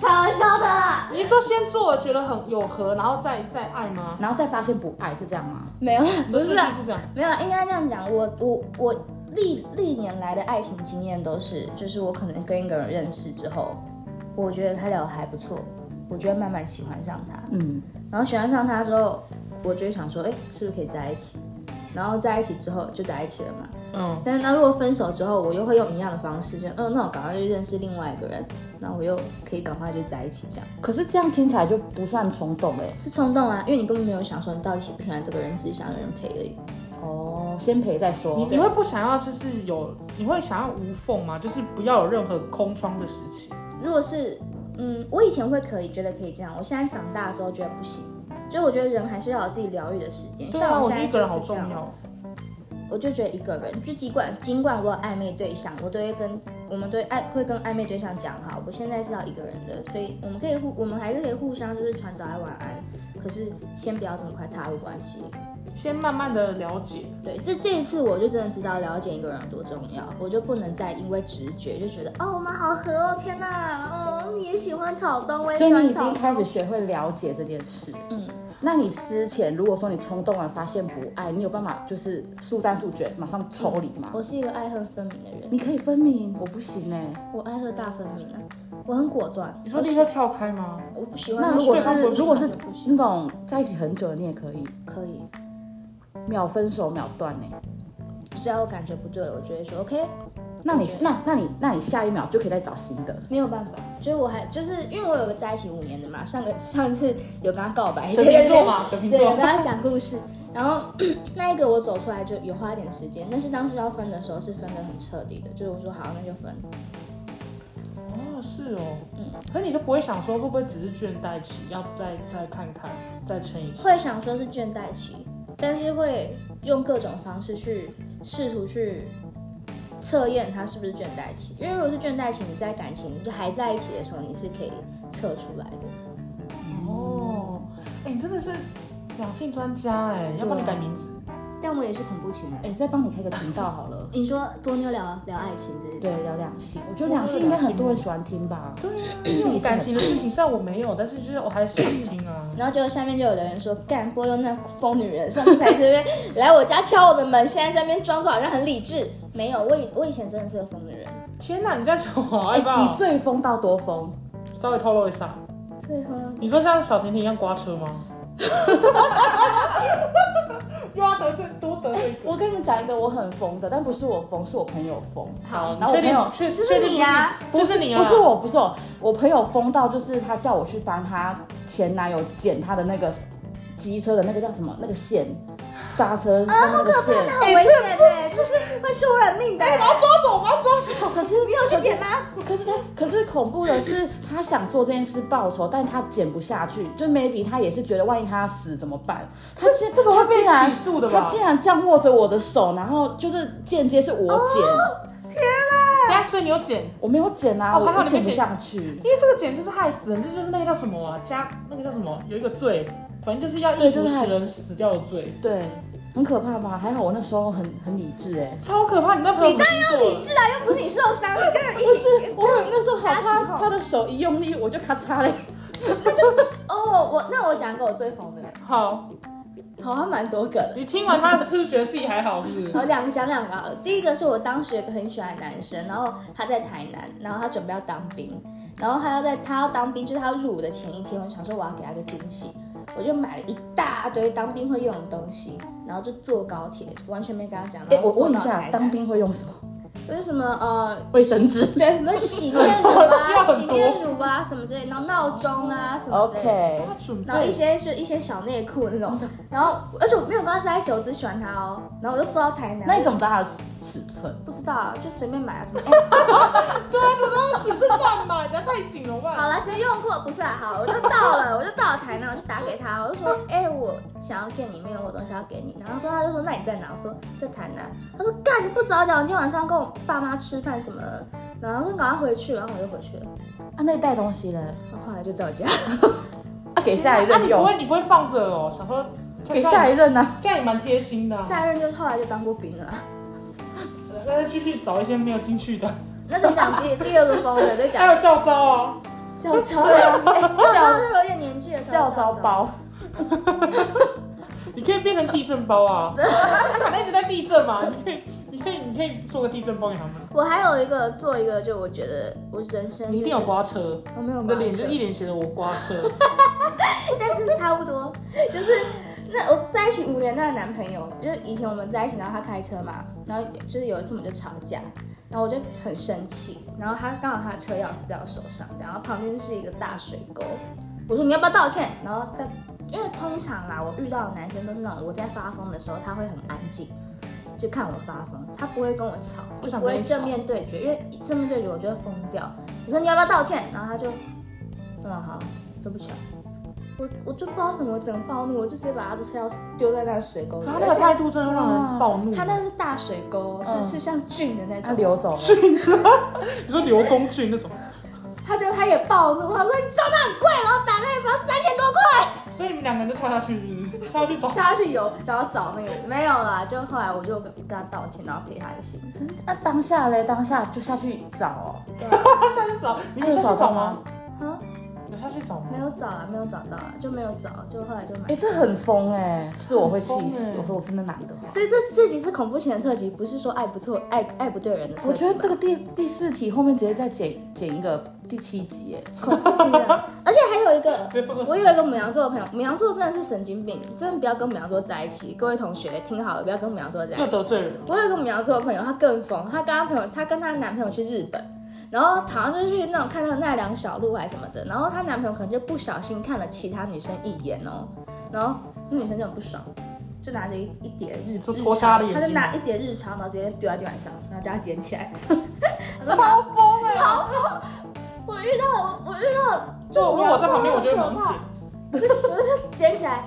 Speaker 3: 开玩笑的啦，
Speaker 2: 你说先做了觉得很有合，然后再再爱吗？
Speaker 4: 然后再发现不爱是这样吗？
Speaker 3: 没有啦，不
Speaker 2: 是
Speaker 3: 是啊，
Speaker 2: 是这样，
Speaker 3: 没有啦，应该这样讲，我我我历历年来的爱情经验都是，就是我可能跟一个人认识之后，我觉得他聊得还不错，我就会慢慢喜欢上他，
Speaker 4: 嗯，
Speaker 3: 然后喜欢上他之后，我就会想说，哎，是不是可以在一起？然后在一起之后就在一起了嘛。
Speaker 2: 嗯，
Speaker 3: 但是那如果分手之后，我又会用一样的方式，就嗯、那我赶快就认识另外一个人，那我又可以赶快就在一起，这样
Speaker 4: 可是这样听起来就不算冲动哎、
Speaker 3: 是冲动啊，因为你根本没有想说你到底喜不喜欢这个人，只是想有人陪而已。
Speaker 4: 哦，先陪再说。
Speaker 2: 你你会不想要就是有，你会想要无缝吗？就是不要有任何空窗的时期。
Speaker 3: 如果是，嗯，我以前会可以觉得可以这样，我现在长大的时候觉得不行。就我觉得人还是要有自己疗愈的时间，
Speaker 2: 对啊，
Speaker 3: 像
Speaker 2: 我
Speaker 3: 我
Speaker 2: 觉
Speaker 3: 现
Speaker 2: 得
Speaker 3: 在
Speaker 2: 一
Speaker 3: 就
Speaker 2: 个人
Speaker 3: 是
Speaker 2: 好
Speaker 3: 这
Speaker 2: 重
Speaker 3: 样。
Speaker 2: 要。
Speaker 3: 我就觉得一个人，就尽管尽管我有暧昧对象，我都会跟我们对爱会跟暧昧对象讲哈，我现在是要一个人的，所以我们可以互我们还是可以互相就是传早安晚安，可是先不要这么快踏入关系。
Speaker 2: 先慢慢的了解，
Speaker 3: 对，这这一次我就真的知道了解一个人有多重要，我就不能再因为直觉就觉得哦我们好合哦，天哪，哦你也喜欢草东，我也
Speaker 4: 所以你
Speaker 3: 喜欢
Speaker 4: 已
Speaker 3: 草
Speaker 4: 经开始
Speaker 3: 东。
Speaker 4: 学会了解这件事。嗯，那你之前如果说你冲动了发现不爱，你有办法就是速战速决，马上抽离吗？
Speaker 3: 我是一个爱恨分明的人，
Speaker 4: 你可以分明，我不行哎、
Speaker 3: 我爱恨大分明啊，我很果断。
Speaker 2: 你说立
Speaker 3: 我
Speaker 2: 刻
Speaker 3: 喜
Speaker 2: 跳开吗？
Speaker 3: 我不喜欢
Speaker 4: 那
Speaker 3: 那
Speaker 4: 如果
Speaker 3: 种对啊
Speaker 4: 是
Speaker 3: 方不喜欢的不行，
Speaker 4: 如果是那种在一起很久的，你也可以
Speaker 3: 可以。
Speaker 4: 秒分手秒断哎、
Speaker 3: 只要我感觉不对了，我就会说 OK，
Speaker 4: 那你那那你那你下一秒就可以再找新的，
Speaker 3: 没有办法。就是我还就是因为我有个在一起五年的嘛，上个上次有跟他告白，
Speaker 2: 水瓶
Speaker 3: 对对
Speaker 2: 座
Speaker 3: 对，
Speaker 2: 嘛，水瓶
Speaker 3: 对，
Speaker 2: 座
Speaker 3: 有。跟他讲故事。然后 <clears throat> 那一个我走出来就有花一点时间，但是当初要分的时候是分的很彻底的，就是我说好那就分，
Speaker 2: 哦，是哦。可你都不会想说会不会只是倦怠期，要再再看看，再撑一下。
Speaker 3: 会想说是倦怠期，但是会用各种方式去试图去测验他是不是倦怠期，因为如果是倦怠期，你在感情就还在一起的时候，你是可以测出来的。
Speaker 2: 哦，哎，你真的是两性专家哎，要帮你改名字。
Speaker 3: 但我也是恐怖情人。。
Speaker 4: 哎、再帮你开个频道好了
Speaker 3: 你说多妞聊聊爱情之类的，
Speaker 4: 对，聊两性，我觉得两性哦应该很多人喜欢听吧。
Speaker 2: 对啊，这种感情的事情，虽然我没有，但是就是我还是想听
Speaker 3: <coughs>
Speaker 2: 啊。
Speaker 3: 然后结果下面就有的人说，干波溜那疯女人，上次才这边来我家敲我的门，现在在那边装作好像很理智。没有，我以我以前真的是个疯女人，
Speaker 2: 天哪，你在讲我好害
Speaker 4: 哎、
Speaker 2: 怕
Speaker 4: 你
Speaker 2: 哦。
Speaker 4: 最疯到多疯？
Speaker 2: 稍微透露一下，
Speaker 3: 最后呢
Speaker 2: 你说像小甜甜一样刮车吗？又要得罪多得罪一个。
Speaker 4: 我跟你们讲一个我很疯的，但不是我疯，是我朋友疯。
Speaker 2: 好，
Speaker 4: 然后我
Speaker 2: 确
Speaker 4: 朋友
Speaker 2: 定？确
Speaker 3: 这是
Speaker 2: 确定
Speaker 3: 你啊
Speaker 2: 不是你啊？
Speaker 4: 不是我，不是我，我朋友疯到就是他叫我去帮他前男友剪他的那个机车的那个叫什么那个线，刹车他那个线。
Speaker 3: 很危险的，就是会出人命的。
Speaker 2: 抓走，我要抓走。
Speaker 4: 可是
Speaker 3: 你有去捡吗？
Speaker 4: 可是他，可是恐怖的是，他想做这件事报仇，但他剪不下去，就 maybe 他也是觉得，万一他死怎么办？他这这
Speaker 2: 个会被
Speaker 4: 竟然
Speaker 2: 起诉的吧
Speaker 4: 他竟然这样握着我的手，然后就是间接是我剪，
Speaker 2: 哎，所以你有剪，
Speaker 4: 我没有剪啊，
Speaker 2: 哦还
Speaker 4: 我
Speaker 2: 好
Speaker 4: 我
Speaker 2: 你没
Speaker 4: 剪不
Speaker 2: 剪
Speaker 4: 下去。
Speaker 2: 因为这个剪就是害死人，这就是那个叫什么啊？加那个叫什么？有一个罪，反正就是要
Speaker 4: 对
Speaker 2: 一
Speaker 4: 就
Speaker 2: 服
Speaker 4: 是害
Speaker 2: 使
Speaker 4: 死
Speaker 2: 人死掉的罪，
Speaker 4: 对，很可怕吧？还好我那时候很很理智哎、
Speaker 2: 超可怕。你那朋友
Speaker 3: 你当然要理
Speaker 2: 你
Speaker 3: 智啊，又不是你受伤，你跟人一
Speaker 4: 不
Speaker 3: 起
Speaker 4: 是，我很那时候好
Speaker 3: 杀青
Speaker 4: 怕
Speaker 3: 后
Speaker 4: 他的手一用力，我就咔嚓嘞。
Speaker 3: 哦。我那我讲一个我最疯的人，
Speaker 2: 好，
Speaker 3: 好像蛮多个的。
Speaker 2: 你听完他是不是觉得自己还好？是不是？
Speaker 3: 好，两个讲两个好了。第一个是我当时有个很喜欢的男生，然后他在台南，然后他准备要当兵，然后他要在他要当兵，就是他入伍的前一天，我想说我要给他个惊喜，我就买了一大堆当兵会用的东西，然后就坐高铁，完全没跟他讲。
Speaker 2: 哦
Speaker 4: 哎、
Speaker 3: 然后
Speaker 4: 我
Speaker 3: 坐
Speaker 4: 问一
Speaker 3: 到台
Speaker 4: 下，
Speaker 3: 南
Speaker 4: 当兵会用什么？
Speaker 3: 为什么呃
Speaker 4: 卫生纸。
Speaker 3: 对，那是洗面
Speaker 4: <laughs>
Speaker 3: 乳啊、
Speaker 2: 要很
Speaker 3: 洗
Speaker 2: 多
Speaker 3: 面乳啊什么之类，然后闹钟啊什么之类
Speaker 4: OK，
Speaker 3: 的。
Speaker 2: 他准
Speaker 3: 然后一
Speaker 2: 备
Speaker 3: 些是一些小内裤那种，然后而且我没有跟他在一起，我只喜欢他哦。然后我就坐到台南，
Speaker 4: 那你怎么知道它的尺尺寸？
Speaker 3: 不知道啊，就随便买啊什么。哎
Speaker 2: 尺寸乱买，的太紧了吧？
Speaker 3: 好了，其实用过不是啊，好，我就到了，我就到了台南，我就打给他，我就说，哎、我想要见你面，我有东西要给你。然后说，他就说，那你在哪？我说在台南。他说，干，你不早讲，今天晚上跟我爸妈吃饭什么的。然后说赶快回去，然后我就回去了。
Speaker 4: 啊，那你带东西嘞？
Speaker 3: 然后后来就在我家，
Speaker 4: 啊，给下一
Speaker 2: 那
Speaker 4: 任
Speaker 2: 你不
Speaker 4: 用，
Speaker 2: 会，你不会放着哦？想说
Speaker 4: 给下一任呢、
Speaker 2: 这样也蛮贴心的啊。
Speaker 3: 下一任就后来就当过兵了。
Speaker 2: 那就继续找一些没有进去的，
Speaker 3: 那就讲第第二个风的，就
Speaker 2: 还
Speaker 3: 讲
Speaker 2: 有教招啊。
Speaker 3: 教招，哎教招是有点年纪了，
Speaker 4: 教招，包，
Speaker 2: 你可以变成地震包啊！他可能一直在地震嘛，你可以，你可以，你可以做个地震包给他们。
Speaker 3: 我还有一个做一个，就我觉得我人生、就是、
Speaker 2: 你一定有刮车，
Speaker 3: 我没有
Speaker 2: 你
Speaker 3: 刮
Speaker 2: 的脸
Speaker 3: 车
Speaker 2: 就一脸写着我刮车。
Speaker 3: 但是差不多，就是那我在一起五年那个男朋友，就是以前我们在一起，然后他开车嘛，然后就是有一次我们就吵架，然后我就很生气，然后他刚好他的车钥匙在我手上，然后旁边是一个大水沟，我说你要不要道歉？然后在因为通常啦，我遇到的男生都是那种我在发疯的时候他会很安静，就看我发疯，他不会跟我吵，
Speaker 2: 不
Speaker 3: 就
Speaker 2: 想
Speaker 3: 不
Speaker 2: 跟
Speaker 3: 会
Speaker 2: 你
Speaker 3: 正
Speaker 2: 吵
Speaker 3: 面对决，因为一正面对决我就会疯掉。我说你要不要道歉？然后他就，嗯好，对不起啊。我我就不知道为什么，我整个暴怒，我就直接把他的车钥匙丢在那个水沟里。
Speaker 2: 可 <laughs> 他那个态
Speaker 3: 而
Speaker 2: 度真的让人暴怒。
Speaker 3: 且他那个是大水沟，是、
Speaker 4: 嗯
Speaker 3: 是像郡的那
Speaker 4: 他
Speaker 3: 种。
Speaker 4: 啊流走了，
Speaker 2: 啊 <laughs> 你说刘公俊那种，
Speaker 3: 他就他也暴怒，他说你知道那很贵吗，然后打那一房三千多块，
Speaker 2: 所以你们两个人就跳下去，是不是跳下去找。
Speaker 3: 叫他去游，然后找那个没有啦，就后来我就跟跟他道歉，然后赔他一 <laughs> 些。
Speaker 4: 那当下嘞，当下就下去找哦，
Speaker 2: 他下去找，你
Speaker 4: 那
Speaker 2: 有
Speaker 4: 有
Speaker 2: 下去
Speaker 4: 找
Speaker 2: 找
Speaker 4: 到
Speaker 2: 吗
Speaker 4: 吗？？
Speaker 3: 啊，
Speaker 2: 有下去找吗？
Speaker 3: 没有找啊，没有找到啊，就没有找，就后来就买。
Speaker 4: 哎，这很疯哎，是我会气
Speaker 2: 很疯
Speaker 4: 死
Speaker 2: 哎。
Speaker 4: 我说我是那男的话，
Speaker 3: 所以这这集是恐怖情人特辑，不是说爱不错爱爱不对人的特辑吧。
Speaker 4: 我觉得这个第第四题后面直接再剪剪一个第七集哎，
Speaker 3: 恐怖情人， <laughs> 而且还有一个
Speaker 2: 直接分个，
Speaker 3: 我有一个母羊座的朋友，母羊座真的是神经病，真的不要跟母羊座在一起。各位同学听好了，不要跟母羊座在
Speaker 2: 又
Speaker 3: 一起
Speaker 2: 得。罪人，
Speaker 3: 我有一个母羊座的朋友，她更疯，她跟她朋友，她跟她男朋友去日本，然后好像就是去那种看那个奈良小鹿还是什么的，然后她男朋友可能就不小心看了其他女生一眼哦，然后那女生就很不爽，就拿着一一叠日
Speaker 2: 就
Speaker 3: 日
Speaker 2: 戳瞎
Speaker 3: 常
Speaker 2: 了眼睛
Speaker 3: 她就拿一叠日常，然后直接丢在地板上，然后叫她捡
Speaker 2: <laughs>
Speaker 3: 起来。
Speaker 2: 超疯哎！
Speaker 3: 我遇到我我遇到，就
Speaker 2: 如果我在旁边，我就会
Speaker 3: 很
Speaker 2: 猛
Speaker 3: 可怕
Speaker 2: 解。
Speaker 3: 我 <laughs> 就我就捡起来。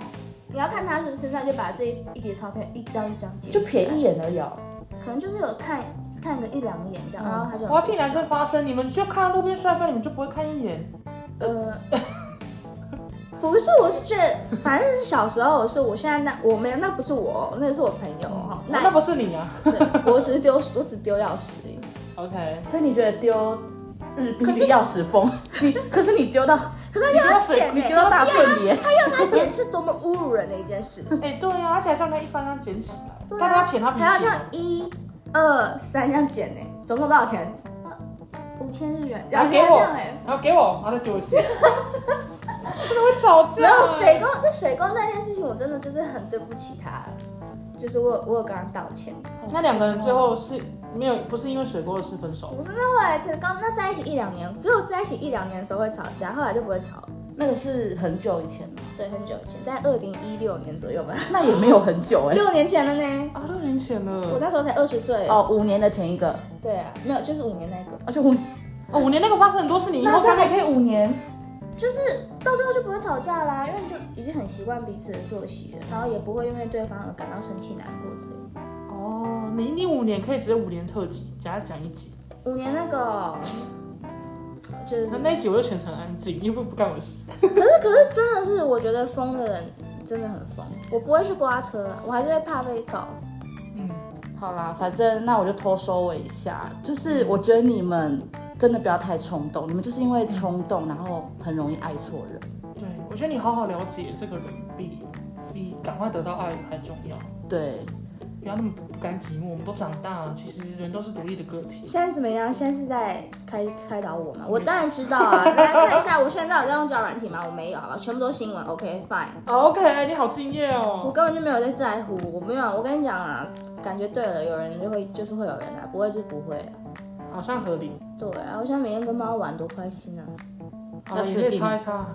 Speaker 3: 你要看他是不是，那就把这一一叠钞票一张一张捡，
Speaker 4: 就瞥一，眼而已哦。
Speaker 3: 可能就是有看看个一两眼这样，然后他就
Speaker 2: 我要替男生发声，你们就看路边帅哥，你们就不会看一眼。
Speaker 3: 呃，不是，我是觉得，反正是小时候的事，我现在那我没有，那不是我，那是我朋友哈。
Speaker 2: 哦那
Speaker 3: 那
Speaker 2: 不是你啊
Speaker 3: 对我只是丢，我只丢钥匙而已。
Speaker 2: ？OK，
Speaker 4: 所以你觉得丢日币
Speaker 3: 可是
Speaker 4: 的钥匙疯？你可是你丢到
Speaker 3: 可是要钱
Speaker 4: <laughs> 你
Speaker 3: 呢、
Speaker 4: 丢到大顺里，
Speaker 3: 他要他钱是多么侮辱人的一件
Speaker 2: <laughs>
Speaker 3: 事，
Speaker 2: 哎，对呀，而且还这样一张张捡起来，
Speaker 3: 对
Speaker 2: 要
Speaker 3: 啊
Speaker 2: 不要舔他鼻
Speaker 3: 还要这
Speaker 2: 血
Speaker 3: 样
Speaker 2: 吗？
Speaker 3: 一、二、三这样捡呢、总共多少钱？啊五千日元，
Speaker 2: 然后
Speaker 3: 然后还
Speaker 2: 给
Speaker 3: 要这
Speaker 2: 我
Speaker 3: 样哎、，
Speaker 2: 然后给我，然后再丢一
Speaker 3: <laughs>
Speaker 2: 次。真的会吵架。
Speaker 3: 然后水沟就水沟那件事情，我真的就是很对不起他，就是我有我有跟他道歉。
Speaker 2: 那两个人最后是没有，不是因为水沟的事分手
Speaker 3: 不，是，那后来才刚那在一起一两年，只有在一起一两年的时候会吵架，后来就不会吵了。
Speaker 4: 那个是很久以前了，
Speaker 3: 对，很久以前，在二零一六年左右吧，
Speaker 4: 那也没有很久哎。
Speaker 3: <laughs> 六年前了呢。
Speaker 2: 啊，六年前
Speaker 3: 我
Speaker 2: 了。
Speaker 3: 那时候才二十岁。
Speaker 4: 哦，五年的前一个，
Speaker 3: 对啊，没有，就是五年那个，
Speaker 4: 而且五
Speaker 2: 哦，五年那个发生很多事，你以
Speaker 4: 那
Speaker 2: 后
Speaker 4: 这
Speaker 2: 才
Speaker 4: 还
Speaker 2: 会
Speaker 4: 可以五年，
Speaker 3: 就是到最后就不会吵架啦，因为你就已经很习惯彼此的作息了，然后也不会因为对方而感到生气、难过之类的。
Speaker 2: 哦，你你五年可以直接五年特辑，给他讲一集。
Speaker 3: 五年那个哦、就是
Speaker 2: 那那一集我就全程安静，因为不干我的事。
Speaker 3: 可是可是真的是，我觉得疯的人真的很疯。我不会去刮车啊，我还是会怕被告。
Speaker 4: 好啦，反正那我就偷收尾一下，就是我觉得你们真的不要太冲动，你们就是因为冲动，然后很容易爱错人。
Speaker 2: 对，我觉得你好好了解这个人，比比赶快得到爱还重要。
Speaker 4: 对，
Speaker 2: 不要那么不甘寂寞，我们都长大了，其实人都是独立的个体。
Speaker 3: 现在怎么样？现在是在开开导我吗？
Speaker 2: 嗯
Speaker 3: 我当然知道啊，大家看一下，我现在有在用交友软体吗？我没有，好吧，全部
Speaker 2: <laughs>
Speaker 3: 都新闻。OK fine，
Speaker 2: OK，你好敬业
Speaker 3: 我
Speaker 2: 哦。
Speaker 3: 根本就没有在在乎，我没有。我跟你讲啊，感觉对了，有人就会就是会有人啊，不会就是不会啊。
Speaker 2: 好像合理，
Speaker 3: 对啊，我现在每天跟猫玩多开心
Speaker 2: <laughs>
Speaker 3: 啊！
Speaker 2: 好
Speaker 4: 要
Speaker 2: 了，
Speaker 4: 确
Speaker 2: 也可以
Speaker 4: 定
Speaker 2: 擦一擦。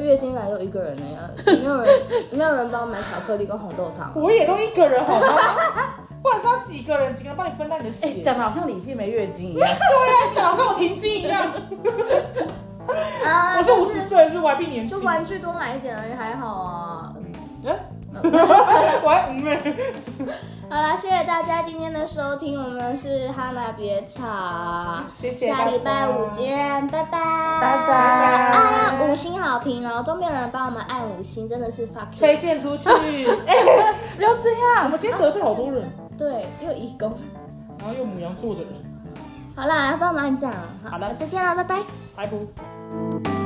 Speaker 3: 月经来又一个人了呀，也没有人没有人帮我买巧克力跟红豆
Speaker 2: <laughs>
Speaker 3: 汤。
Speaker 2: 我也都一个人好吗？ <laughs> 不然是要几个人，几个人帮你分担你的血。
Speaker 4: 哎，讲的好像李记没月经 <laughs> 一样。
Speaker 2: 哎讲好像我停经一样。
Speaker 3: <laughs> 啊，
Speaker 2: 我是五十岁，是我还比年
Speaker 3: 就
Speaker 2: 轻。
Speaker 3: 玩具多买一点而已，还好啊。 <laughs>
Speaker 2: 我还嗯五妹。
Speaker 3: 好啦，谢谢大家今天的收听，我们是哈娜别吵，
Speaker 2: 谢谢大
Speaker 3: 下
Speaker 2: 家
Speaker 3: 礼拜五见，拜拜，拜
Speaker 4: 拜
Speaker 3: 啊，五星好评哦，都没有人帮我们按五星，真的是 fuck you。
Speaker 2: 推荐出
Speaker 3: <laughs>
Speaker 2: 去。哎、
Speaker 4: 不要这
Speaker 2: 我
Speaker 4: 样，
Speaker 2: 们今天得罪好多人，
Speaker 3: 对，又义工。
Speaker 2: 然后又母羊座的人，
Speaker 3: 好啦，帮我们按赞啊，
Speaker 2: 好的
Speaker 3: 再见了，拜拜。
Speaker 2: 还不。
Speaker 4: 拜